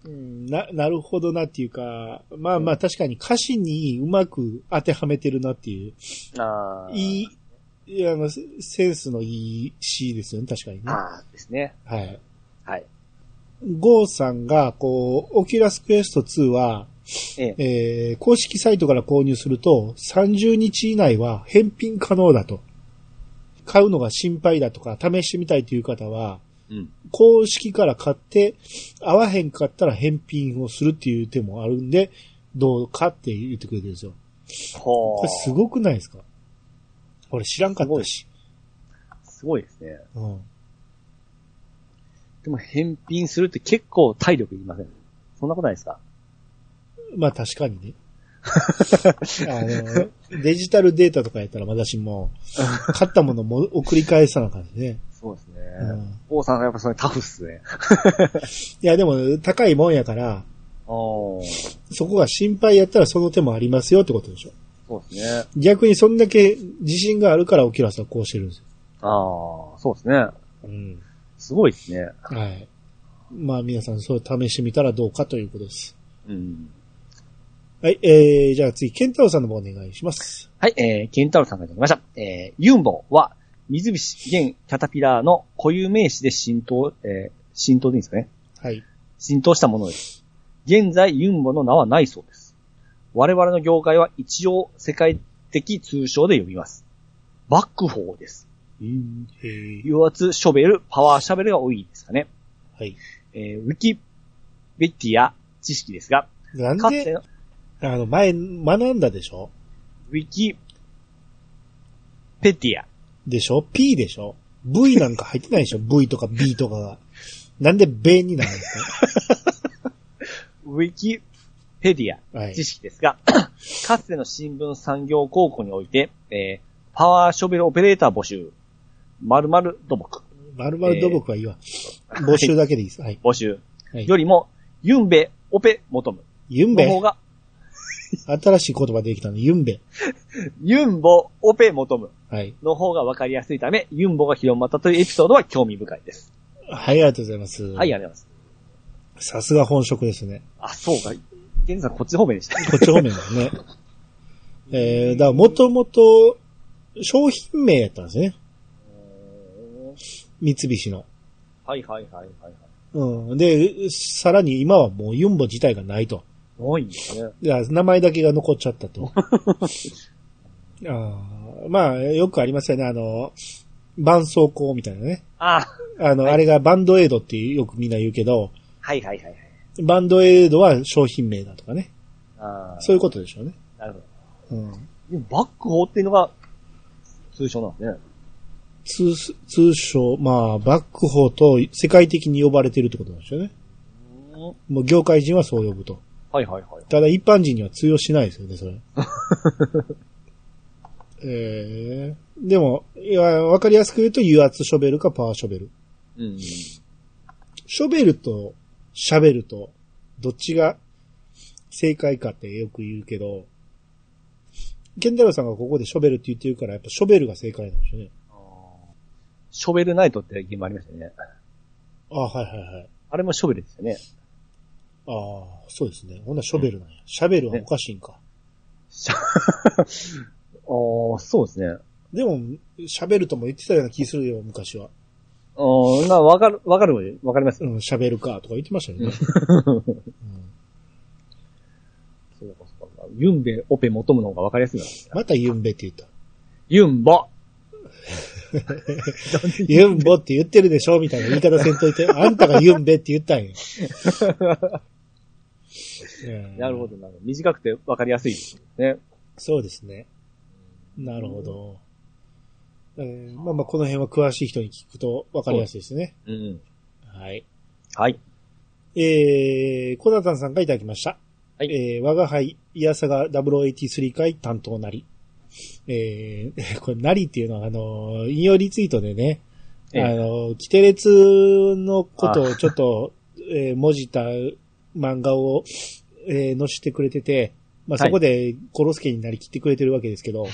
Speaker 2: う
Speaker 1: うん、な、なるほどなっていうか、まあまあ確かに歌詞にうまく当てはめてるなっていう、
Speaker 2: ん。あー
Speaker 1: いい、いや、あの、セセンスのいい詩ですよね、確かにね。
Speaker 2: あーですね。
Speaker 1: はい。
Speaker 2: はい。
Speaker 1: ゴーさんが、こう、オキュラスクエスト2は、
Speaker 2: ええ。
Speaker 1: えー、公式サイトから購入すると、30日以内は返品可能だと。買うのが心配だとか、試してみたいという方は、
Speaker 2: うん。
Speaker 1: 公式から買って、合わへんかったら返品をするっていう手もあるんで、どうかって言ってくれてるんですよ。
Speaker 2: ほ
Speaker 1: こ
Speaker 2: ー
Speaker 1: れすごくないですか俺知らんかったし。
Speaker 2: すごいですね。
Speaker 1: うん。
Speaker 2: でも返品するって結構体力いりません。そんなことないですか
Speaker 1: まあ確かにね。 あの、デジタルデータとかやったら私も、買ったものも送り返さなあかんしね。
Speaker 2: そうですね
Speaker 1: うん。
Speaker 2: 王さんがやっぱそれタフっすね。
Speaker 1: いやでも高いもんやから、
Speaker 2: おー。
Speaker 1: そこが心配やったらその手もありますよってことでしょ。
Speaker 2: そうですね。
Speaker 1: 逆にそんだけ自信があるからオキュラスはこうしてるんですよ。
Speaker 2: ああ、そうですね。
Speaker 1: うん。
Speaker 2: すごいですね。
Speaker 1: はい。まあ皆さんそれ試してみたらどうかということです。
Speaker 2: うん。
Speaker 1: はい、えー、じゃあ次、ケンタロウさんの方お願いします。
Speaker 2: はい、えー、ケンタロウさんからいただきました。えー、ユンボは、三菱現キャタピラーの固有名詞で浸透、えー浸透でいいんですかね
Speaker 1: はい。
Speaker 2: 浸透したものです。現在ユンボの名はないそうです。我々の業界は一応世界的通称で呼びます。バックホーです。
Speaker 1: へー
Speaker 2: 油圧ショベル、パワーショベルが多いですかね。
Speaker 1: はい。
Speaker 2: えーウィキベティア知識ですが、
Speaker 1: なん
Speaker 2: かつて
Speaker 1: で、
Speaker 2: の
Speaker 1: あの、前、学んだでしょ
Speaker 2: ウィキペティア。
Speaker 1: でしょ ?P でしょ ?V なんか入ってないでしょ ?V とか B とかが。なんで米になるんです
Speaker 2: ウィキペディア
Speaker 1: かはい。
Speaker 2: 知識ですが、 かつての新聞産業高校において、えーパワーショベルオペレーター募集、〇〇土木
Speaker 1: まるまる土木はいいわ。募集だけでいいです。はい。
Speaker 2: 募集
Speaker 1: はい
Speaker 2: よりも、ユンベオペ求む
Speaker 1: ユン
Speaker 2: の
Speaker 1: ベ
Speaker 2: 方。が、
Speaker 1: 新しい言葉できたの、ユンベ。
Speaker 2: ユンボオペ求む
Speaker 1: はい。
Speaker 2: の方が分かりやすいため、ユンボが広まったというエピソードは興味深いです。
Speaker 1: はい、ありがとうございます。
Speaker 2: はい、ありがとうございます。
Speaker 1: さすが本職ですね。
Speaker 2: あ、そうか。ゲンさん、こっち方面でした。
Speaker 1: こっち方面だよね。 えー、だからもともと商品名やったんですね。三菱の。
Speaker 2: はいはいはいはいはい。
Speaker 1: うん。で、さらに今はもうユンボ自体がないと。
Speaker 2: 多いんですね。
Speaker 1: いや名前だけが残っちゃったと。あーまあ、よくありますよね。あの、絆創膏みたいなね。
Speaker 2: あ
Speaker 1: あの、あれがバンドエイドってよくみんな言うけど、
Speaker 2: はいはいはいはい。
Speaker 1: バンドエイドは商品名だとかね。
Speaker 2: ああ
Speaker 1: そういうことでしょうね。
Speaker 2: なるほど。
Speaker 1: うん。
Speaker 2: でもバックホーっていうのが通称なんですね。
Speaker 1: 通、通称、まあ、バックホーと世界的に呼ばれてるってことなんですよね。もう業界人はそう呼ぶと。
Speaker 2: はいはいはい。
Speaker 1: ただ一般人には通用しないですよね、それ。えー、でも、いや、わかりやすく言うと油圧ショベルかパワーショベル。
Speaker 2: うん。
Speaker 1: ショベルとシャベルと、どっちが正解かってよく言うけど、ケンタロウさんがここでショベルって言ってるから、やっぱショベルが正解なんですよね。
Speaker 2: ショベルナイトってゲームありましたよね。
Speaker 1: あはいはいはい。
Speaker 2: あれもショベルですよね。
Speaker 1: ああ、そうですね。ほんならショベルなんや。シャベルはおかしいんか。
Speaker 2: シャおーそうですね。
Speaker 1: でも、シャベルとも言ってたような気するよ、昔は。
Speaker 2: おーな、わかる、わかる、わかります。
Speaker 1: うん、シャベルか、とか言ってましたよ ね。うん
Speaker 2: そうかそうかユンベ、オペ、求むの方がわかりやすいな。
Speaker 1: またユンベって言った。
Speaker 2: ユンボ
Speaker 1: ユンボって言ってるでしょみたいな言い方せんといて。あんたがユンベって言ったんよ。
Speaker 2: なるほ。ど、なるほど。短くてわかりやすいですね。
Speaker 1: そうですね。なるほど。えーまあまあ、この辺は詳しい人に聞くと分かりやすいですね。
Speaker 2: うん。
Speaker 1: はい。
Speaker 2: はい。
Speaker 1: えー、コナタンさんがいただきました。
Speaker 2: はい
Speaker 1: えー、我が輩、イヤサガ0083回担当なり。えー、 これ、なりっていうのは、あのー、引用リツイートでね、
Speaker 2: ええ
Speaker 1: あのー、キテレツのことをちょっと、えー、文字た漫画を、えー、載せてくれてて、まあ、
Speaker 2: はい
Speaker 1: そこで、コロスケになりきってくれてるわけです けど、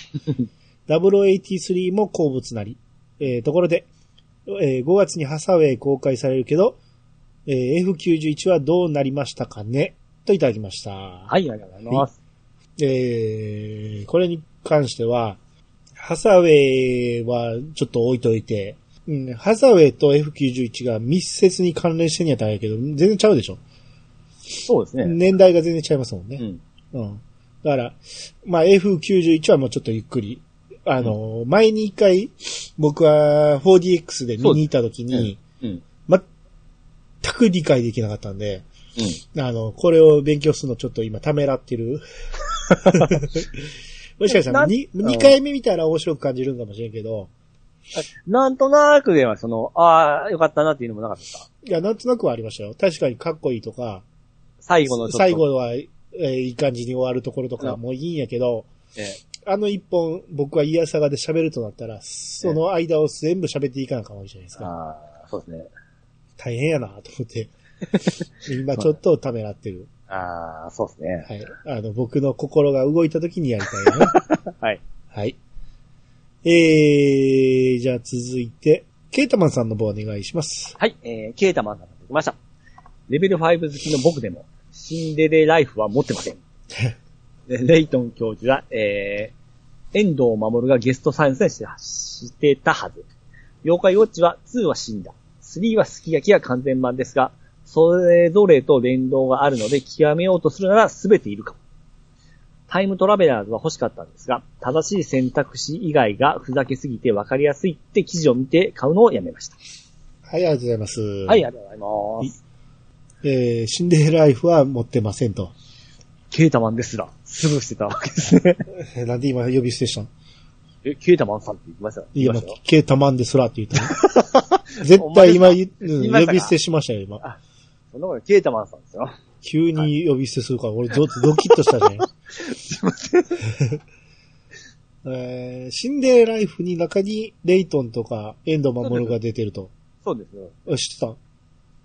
Speaker 1: 0083も好物なり。えー、ところで、えー5月にハサウェイ公開されるけど、えー F91 はどうなりましたかねといただきました。
Speaker 2: はい、ありがとうございます。
Speaker 1: えーこれに関しては、ハサウェイはちょっと置いといて、うん、ハサウェイと F91 が密接に関連してんやったらあれやけど、全然ちゃうでしょ。
Speaker 2: そうですね。
Speaker 1: 年代が全然ちゃいますもん
Speaker 2: う
Speaker 1: ね。
Speaker 2: ん。
Speaker 1: うん。だから、まあ F91 はもうちょっとゆっくり。あの、前に一回、僕は 4DX で見に行った時に、
Speaker 2: うん。
Speaker 1: 全く理解できなかったんで、
Speaker 2: うん。
Speaker 1: あの、これを勉強するのちょっと今ためらって る。もしかしたら
Speaker 2: な
Speaker 1: 2,
Speaker 2: うん
Speaker 1: 2回目見たら面白く感じるんかもしれんけど、
Speaker 2: なんとなくでは、その、ああ、よかったなっていうのもなかったですか
Speaker 1: いや、なんとなくはありましたよ。確かにかっこいいとか、
Speaker 2: 最後のちょっと。
Speaker 1: 最。後は、えーいい感じに終わるところとか
Speaker 2: うん
Speaker 1: もういいんやけど、
Speaker 2: ええ
Speaker 1: あの一本、僕はイヤサガで喋るとなったら、その間を全部喋っていかなあかんわけじゃないですか。
Speaker 2: ああ、そうですね。
Speaker 1: 大変やなと思 って、今ちょっとためらってる。
Speaker 2: ああ、そうですね。
Speaker 1: はい。あの、僕の心が動いた時にやりたいよね。
Speaker 2: はい。
Speaker 1: はい。えー、じゃあ続いて、ケータマンさんの方お願いします。
Speaker 2: はい、えー、ケータマンさんが出てきました。レベル5好きの僕でも、シンデレライフは持ってませ ん。でレイトン教授は、えー、遠藤守がゲスト参戦してしてたはず。妖怪ウォッチは2は死んだ。3はすき焼きが完全版ですが、それぞれと連動があるので、極めようとするなら全ているかも。タイムトラベラーズは欲しかったんですが、正しい選択肢以外がふざけすぎて分かりやすいって記事を見て買うのをやめました。
Speaker 1: はい、ありがとうございます。
Speaker 2: は、
Speaker 1: はい
Speaker 2: あ。りがとうございます。
Speaker 1: えー、シンデレライフは持ってませんと。
Speaker 2: ケータマンですら、すぐしてたわけですね。
Speaker 1: えーなんで今呼び捨てしたの
Speaker 2: え、ケータマンさんって言いましたよ
Speaker 1: いや、も
Speaker 2: 言
Speaker 1: う
Speaker 2: ましたよ、
Speaker 1: ケータマンですらって言った の。絶対今、うん
Speaker 2: 言いま
Speaker 1: 呼
Speaker 2: したか
Speaker 1: び捨てしましたよ、今。
Speaker 2: そんなことないケータマンさんですよ。
Speaker 1: 急に呼び捨てするから、俺、 ちょっとドキッとしたね。 えー、シンデレライフに中に、レイトンとか、遠藤守が出てると。
Speaker 2: そうですよ。
Speaker 1: あ知って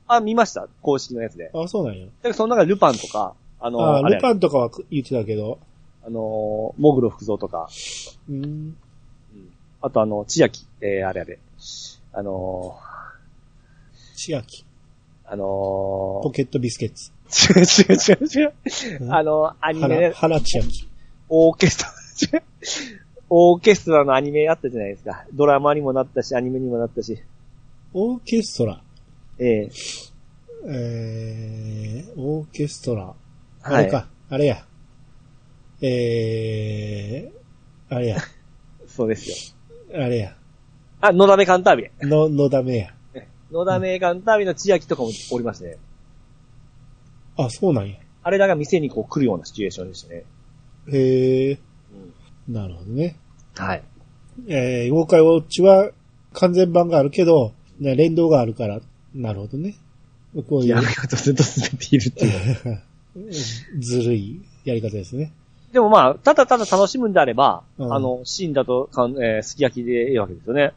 Speaker 2: あ、見ました。公式のやつで。だ
Speaker 1: たあ、そうなんや。
Speaker 2: からその中でルパンとか、あの、
Speaker 1: あ
Speaker 2: あ
Speaker 1: ー、ル
Speaker 2: れ、
Speaker 1: パンとかは言ってたけど。
Speaker 2: あの、モグロ福蔵とか、
Speaker 1: うん。
Speaker 2: あとあの、千秋、えー、あれあれ。あの
Speaker 1: 千秋。
Speaker 2: ー、あの
Speaker 1: ポケットビスケッツ。
Speaker 2: ー、違う違う違う違
Speaker 1: う
Speaker 2: う。
Speaker 1: ん
Speaker 2: あの、アニメ
Speaker 1: 原、
Speaker 2: ね、
Speaker 1: 原千秋。
Speaker 2: オーケストラ、違う オーケストラのアニメあったじゃないですか。ドラマにもなったし、アニメにもなったし。
Speaker 1: オーケストラ。
Speaker 2: ええ
Speaker 1: えー、オーケストラ。
Speaker 2: は
Speaker 1: あ
Speaker 2: い。
Speaker 1: れか、あれや。えー、あれや、
Speaker 2: そうですよ。
Speaker 1: あれや。
Speaker 2: あ、のだめカンタービレ。
Speaker 1: の、のだめや。
Speaker 2: のだめカンタービレの千秋とかもおりましたね。
Speaker 1: あ、そうなんや。
Speaker 2: あれらが店にこう来るようなシチュエーションでしたね。
Speaker 1: へえ、
Speaker 2: うん
Speaker 1: なるほどね。
Speaker 2: はい。
Speaker 1: えー、妖怪ウォッチは完全版があるけど、ね、連動があるから、なるほどね。こうい
Speaker 2: や
Speaker 1: う
Speaker 2: め方ずっと進めているっていう。
Speaker 1: ずるいやり方ですね。
Speaker 2: でもまあ、ただただ楽しむんであれば、
Speaker 1: うん
Speaker 2: あの、死んだと、かんえーすき焼きでいいわけですよね。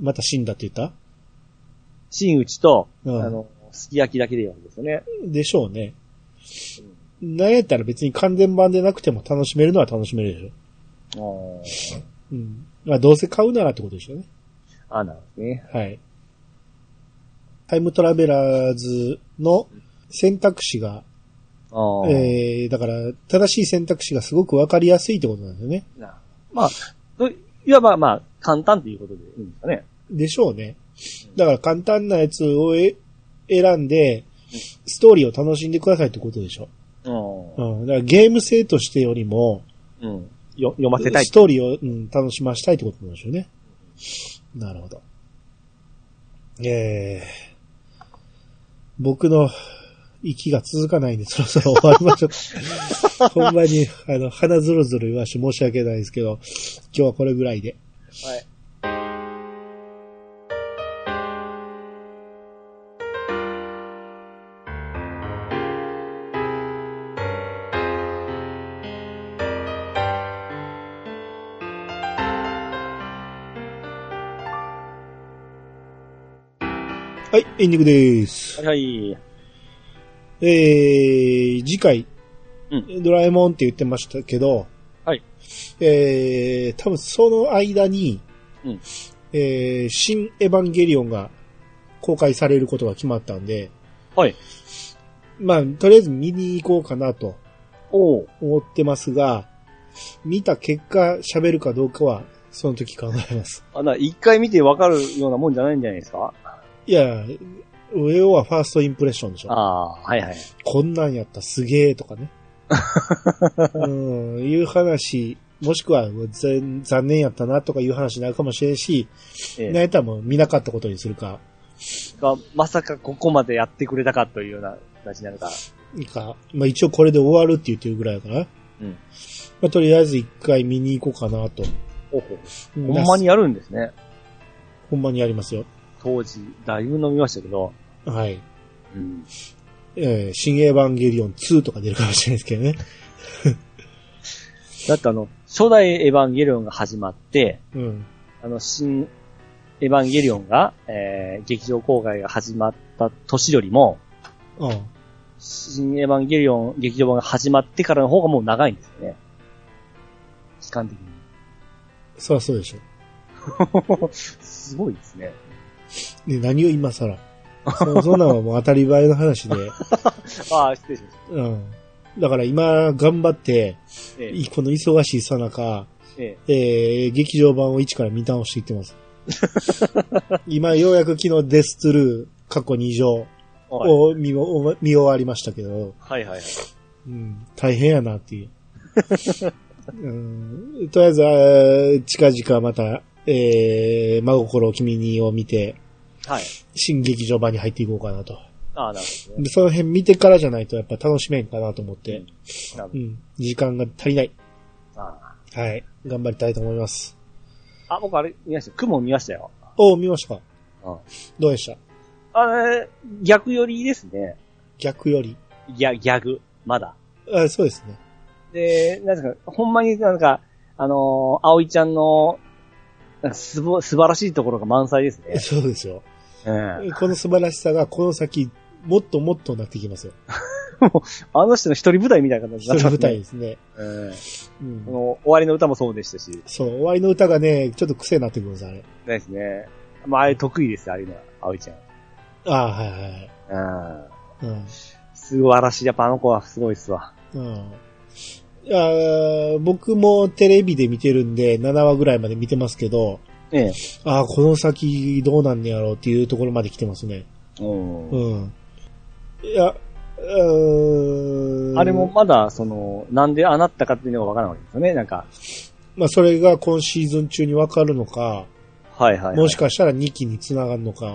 Speaker 1: また死んだって言っ
Speaker 2: 真打ちと、
Speaker 1: うん
Speaker 2: あの、すき焼きだけでいいわけですよね。
Speaker 1: たでしょうね。なんやったら別に完全版でなくても楽しめるのは楽しめるでしょ。うん。まあどうせ買うならってことでしょうね。
Speaker 2: あ、なるほどね。
Speaker 1: はい。タイムトラベラーズの選択肢が、
Speaker 2: あー
Speaker 1: えー、だから、正しい選択肢がすごくわかりやすいってことなんですよね。
Speaker 2: なまあ、どいわばまあ、簡単ということでいいんですかね。
Speaker 1: でしょうね。だから簡単なやつをえ選んで、ストーリーを楽しんでくださいってことでしょ。
Speaker 2: う
Speaker 1: うん。だからゲーム性としてよりも、
Speaker 2: ん。うん。よ読ませたい
Speaker 1: ス。トーリーを、うん、楽しましたいってことなんでしょうね。なるほど。えー、僕の息が続かないんで、そろそろ終わりましょ う。ほんまに、あの、鼻ずるずる言わして申し訳ないですけど、今日はこれぐらいで。
Speaker 2: はい。
Speaker 1: はい、エンディングです。
Speaker 2: はいはい。
Speaker 1: えー、次回、
Speaker 2: う
Speaker 1: ドラえもんって言ってましたけど、
Speaker 2: はい。
Speaker 1: えー、多分その間に、
Speaker 2: うん
Speaker 1: えー、新エヴァンゲリオンが公開されることが決まったんで、
Speaker 2: はい。
Speaker 1: まあ、とりあえず見に行こうかなと
Speaker 2: おう
Speaker 1: 思ってますが、見た結果喋るかどうかは、その時考えます。
Speaker 2: あ、な、一回見てわかるようなもんじゃないんじゃないですか
Speaker 1: いや、上はファーストインプレッションでしょ。
Speaker 2: ああー、はいはい。
Speaker 1: こんなんやったすげえと かね。うん、いう話、もしくはもう残残念やったなとかいう話になるかもしれんし、
Speaker 2: ええ
Speaker 1: なんやったらもう見なかったことにするか、
Speaker 2: が、まさかここまでやってくれたかというような形になるから。
Speaker 1: いいか、まあ一応これで終わるって言ってるぐらいかな。
Speaker 2: うん。
Speaker 1: まあとりあえず一回見に行こうかなと。
Speaker 2: ほうほう
Speaker 1: ほ
Speaker 2: ほんまにやるんですね。
Speaker 1: ほんまにやりますよ。
Speaker 2: 当時、だいぶ飲みましたけど。
Speaker 1: はい。
Speaker 2: うん。
Speaker 1: えー、新エヴァンゲリオン2とか出るかもしれないですけどね。
Speaker 2: だってあの、初代エヴァンゲリオンが始まって、
Speaker 1: うん。
Speaker 2: あの、新エヴァンゲリオンが、えー、劇場公開が始まった年よりも、
Speaker 1: うん。
Speaker 2: 新エヴァンゲリオン劇場版が始まってからの方がもう長いんですよね。期間的に。
Speaker 1: そりゃそうでしょ。
Speaker 2: すごいですね。
Speaker 1: ね、何を今更。そそんなんはもう当たり前の話で。
Speaker 2: ああ、失礼しました。
Speaker 1: うん。だから今、頑張って、
Speaker 2: ええ
Speaker 1: いこの忙しいさなか、
Speaker 2: ええ
Speaker 1: えー、劇場版を一から見直していってます。今、ようやく昨日デストゥルー、過去2乗、
Speaker 2: はい
Speaker 1: を見も見終わりましたけど、
Speaker 2: はいはいはい。
Speaker 1: うん、大変やなっていう。うん、とりあえずあー、近々また、えー、真心を君にを見て、
Speaker 2: はい。
Speaker 1: 新劇場版に入っていこうかなと。
Speaker 2: ああ、なるほどね。
Speaker 1: でその辺見てからじゃないとやっぱ楽しめんかなと思って、
Speaker 2: なる
Speaker 1: う
Speaker 2: ほ
Speaker 1: ん、時間が足りない。
Speaker 2: ど。あ
Speaker 1: はい。頑張りたいと思います。
Speaker 2: あ、あ僕あれ見ました。雲見ましたよ。
Speaker 1: おー見ましたか
Speaker 2: うん
Speaker 1: どうでした
Speaker 2: あれ、逆寄りですね。
Speaker 1: 逆より。
Speaker 2: ギャ、ギャグ。まだ。
Speaker 1: あそうですね。。
Speaker 2: で、なんですか、ほんまになんか、あのー、葵ちゃんの、なんかすぼ、素晴らしいところが満載ですね
Speaker 1: そうですよ。
Speaker 2: うん。
Speaker 1: この素晴らしさがこの先、もっともっとなってきますよ。
Speaker 2: あの人の一人舞台みたいな感じ
Speaker 1: 一
Speaker 2: にな
Speaker 1: 人舞
Speaker 2: ってます
Speaker 1: 台
Speaker 2: ね。
Speaker 1: ですね。
Speaker 2: うん。
Speaker 1: う
Speaker 2: あ
Speaker 1: ん。
Speaker 2: の、終わりの歌もそうでしたし。
Speaker 1: そう、終わりの歌がね、ちょっと癖になってくるんです、あれ。
Speaker 2: ですね。まあ、あれ得意ですよ、ああいうのは、葵ちゃん。
Speaker 1: ああ、はいはいはい。
Speaker 2: うん。
Speaker 1: うん。
Speaker 2: 素晴らしい。やっぱあの子はすごいっすわ。
Speaker 1: うん。あー僕もテレビで見てるんで、7話ぐらいまで見てますけど、
Speaker 2: ええ。
Speaker 1: ああ、この先どうなんねやろうっていうところまで来てますね。
Speaker 2: う
Speaker 1: うん。いや、うーん。
Speaker 2: ん。あれも、まだ、その、なんでああなったかっていうのがわからないわけですよね。なんか、
Speaker 1: まあそれが今シーズン中にわかるのか、
Speaker 2: はいはい、はい。
Speaker 1: もしかしたら2期に繋がるのか、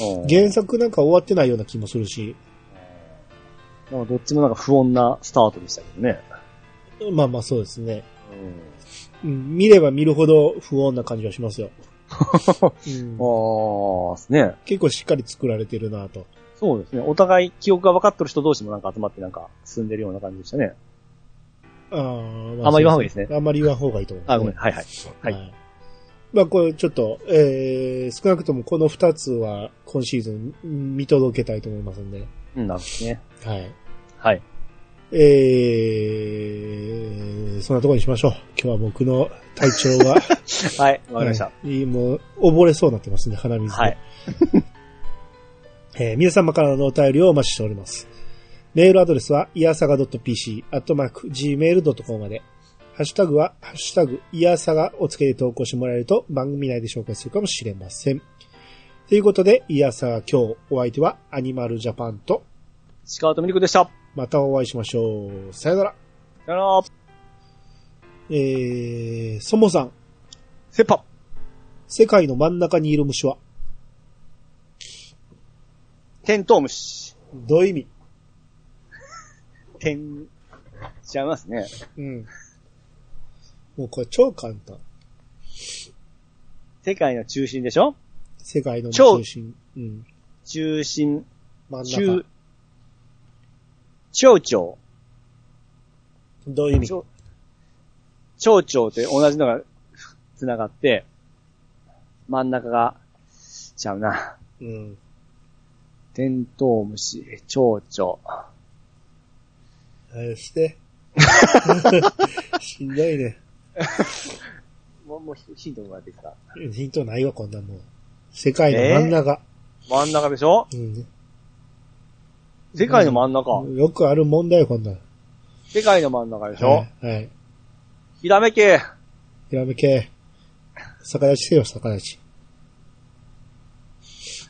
Speaker 2: うん
Speaker 1: 原作なんか終わってないような気もするし、
Speaker 2: なんかどっちもなんか不穏なスタートでしたけどね。
Speaker 1: まあまあそうですね。
Speaker 2: うん。
Speaker 1: うん、見れば見るほど不穏な感じはします よ。うん
Speaker 2: ああ、ですね。
Speaker 1: 結構しっかり作られてるなと。
Speaker 2: そうですね。お互い記憶が分かってる人同士もなんか集まってなんか進んでるような感じでしたね。
Speaker 1: あー
Speaker 2: あんま言わん方がいいですね。
Speaker 1: あんまり言わん方がいいと思う、
Speaker 2: あ、ごめん。はいはい。はい
Speaker 1: はい。まあこれちょっと、えー、少なくともこの2つは今シーズン見届けたいと思いますんで。
Speaker 2: うん、なるほどね。
Speaker 1: はい。
Speaker 2: はい。
Speaker 1: えー、そんなところにしましょう。今日は僕の体調 が、
Speaker 2: はい、わかりました。
Speaker 1: はいもう、溺れそうになってますね、鼻水で。
Speaker 2: はい。
Speaker 1: えー皆様からのお便りをお待ちしております。メールアドレスは、いやさが .pc、アットマーク、gmail.com まで。ハッシュタグは、ハッシュタグ、いやさがをつけて投稿してもらえると、番組内で紹介するかもしれません。ということで、いやさが今日、お相手は、アニマルジャパンと、
Speaker 2: 石川とみりこでした。さ
Speaker 1: またお会いしましょう。さよなら。
Speaker 2: よなら。
Speaker 1: えー、そもさん、
Speaker 2: セッパ。
Speaker 1: 世界の真ん中にいる虫は、
Speaker 2: テントウムシ。
Speaker 1: どういう意味
Speaker 2: テン、ちゃいますね。
Speaker 1: うん。もうこれ超簡単。
Speaker 2: 世界の中心でしょ
Speaker 1: 世界の
Speaker 2: 超
Speaker 1: 中心。うん。
Speaker 2: 中心、
Speaker 1: 真ん中
Speaker 2: 中。、蝶々。
Speaker 1: どういう意味
Speaker 2: 蝶々って同じのが繋がって、真ん中が、ちゃうな。
Speaker 1: うん。
Speaker 2: テントウムシ、蝶々。
Speaker 1: あれ して。しんどいね。
Speaker 2: もう、もうヒントもらっていいですか
Speaker 1: ヒントないわ、こんなもん。世界の真ん中。
Speaker 2: 真ん中でしょ世界の真ん中。
Speaker 1: うん。よくある問題よ、こんなん。
Speaker 2: 世界の真ん中でしょ、
Speaker 1: はい。はい。
Speaker 2: ひらめけ
Speaker 1: ひらめけ。逆立ちせよ、逆立ち。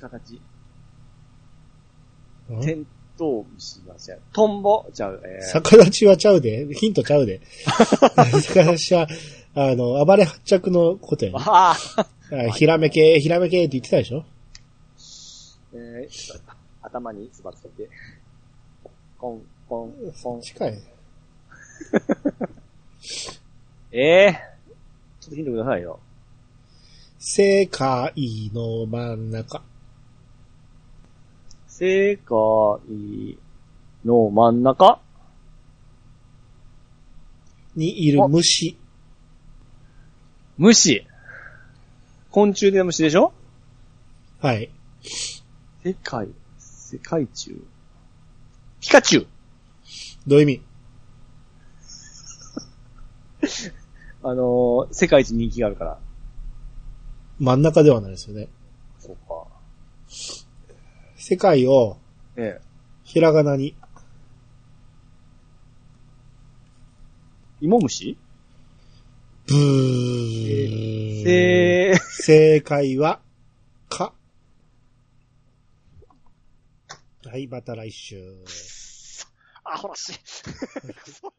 Speaker 2: 形。
Speaker 1: うん
Speaker 2: テントウムシは違う。トンボちゃう。えー、
Speaker 1: 逆立ちはちゃうで。ヒントちゃう で。逆立ちは、あの、暴れ発着のことやね。
Speaker 2: ああ、
Speaker 1: あひらめけ、ひらめけって言ってたでしょ
Speaker 2: えー、ちょっと頭につばつけて。コン、コン、コン。
Speaker 1: 近い。
Speaker 2: ええー、ちょっとヒントくださいよ。
Speaker 1: 世界の真ん中。
Speaker 2: 世界の真ん中
Speaker 1: にいる虫。
Speaker 2: 虫。昆虫で虫でしょ
Speaker 1: はい。
Speaker 2: 世界、世界中。ピカチュウ
Speaker 1: どういう意味
Speaker 2: あのー、世界一人気があるから。
Speaker 1: 真ん中ではないですよね。
Speaker 2: そうか。
Speaker 1: 世界を
Speaker 2: ええ。
Speaker 1: ひらがなに、
Speaker 2: 芋虫
Speaker 1: ブー。
Speaker 2: せ ー、
Speaker 1: 正解は、か。
Speaker 3: はい、また来週。
Speaker 1: あ、ほらしい。くそ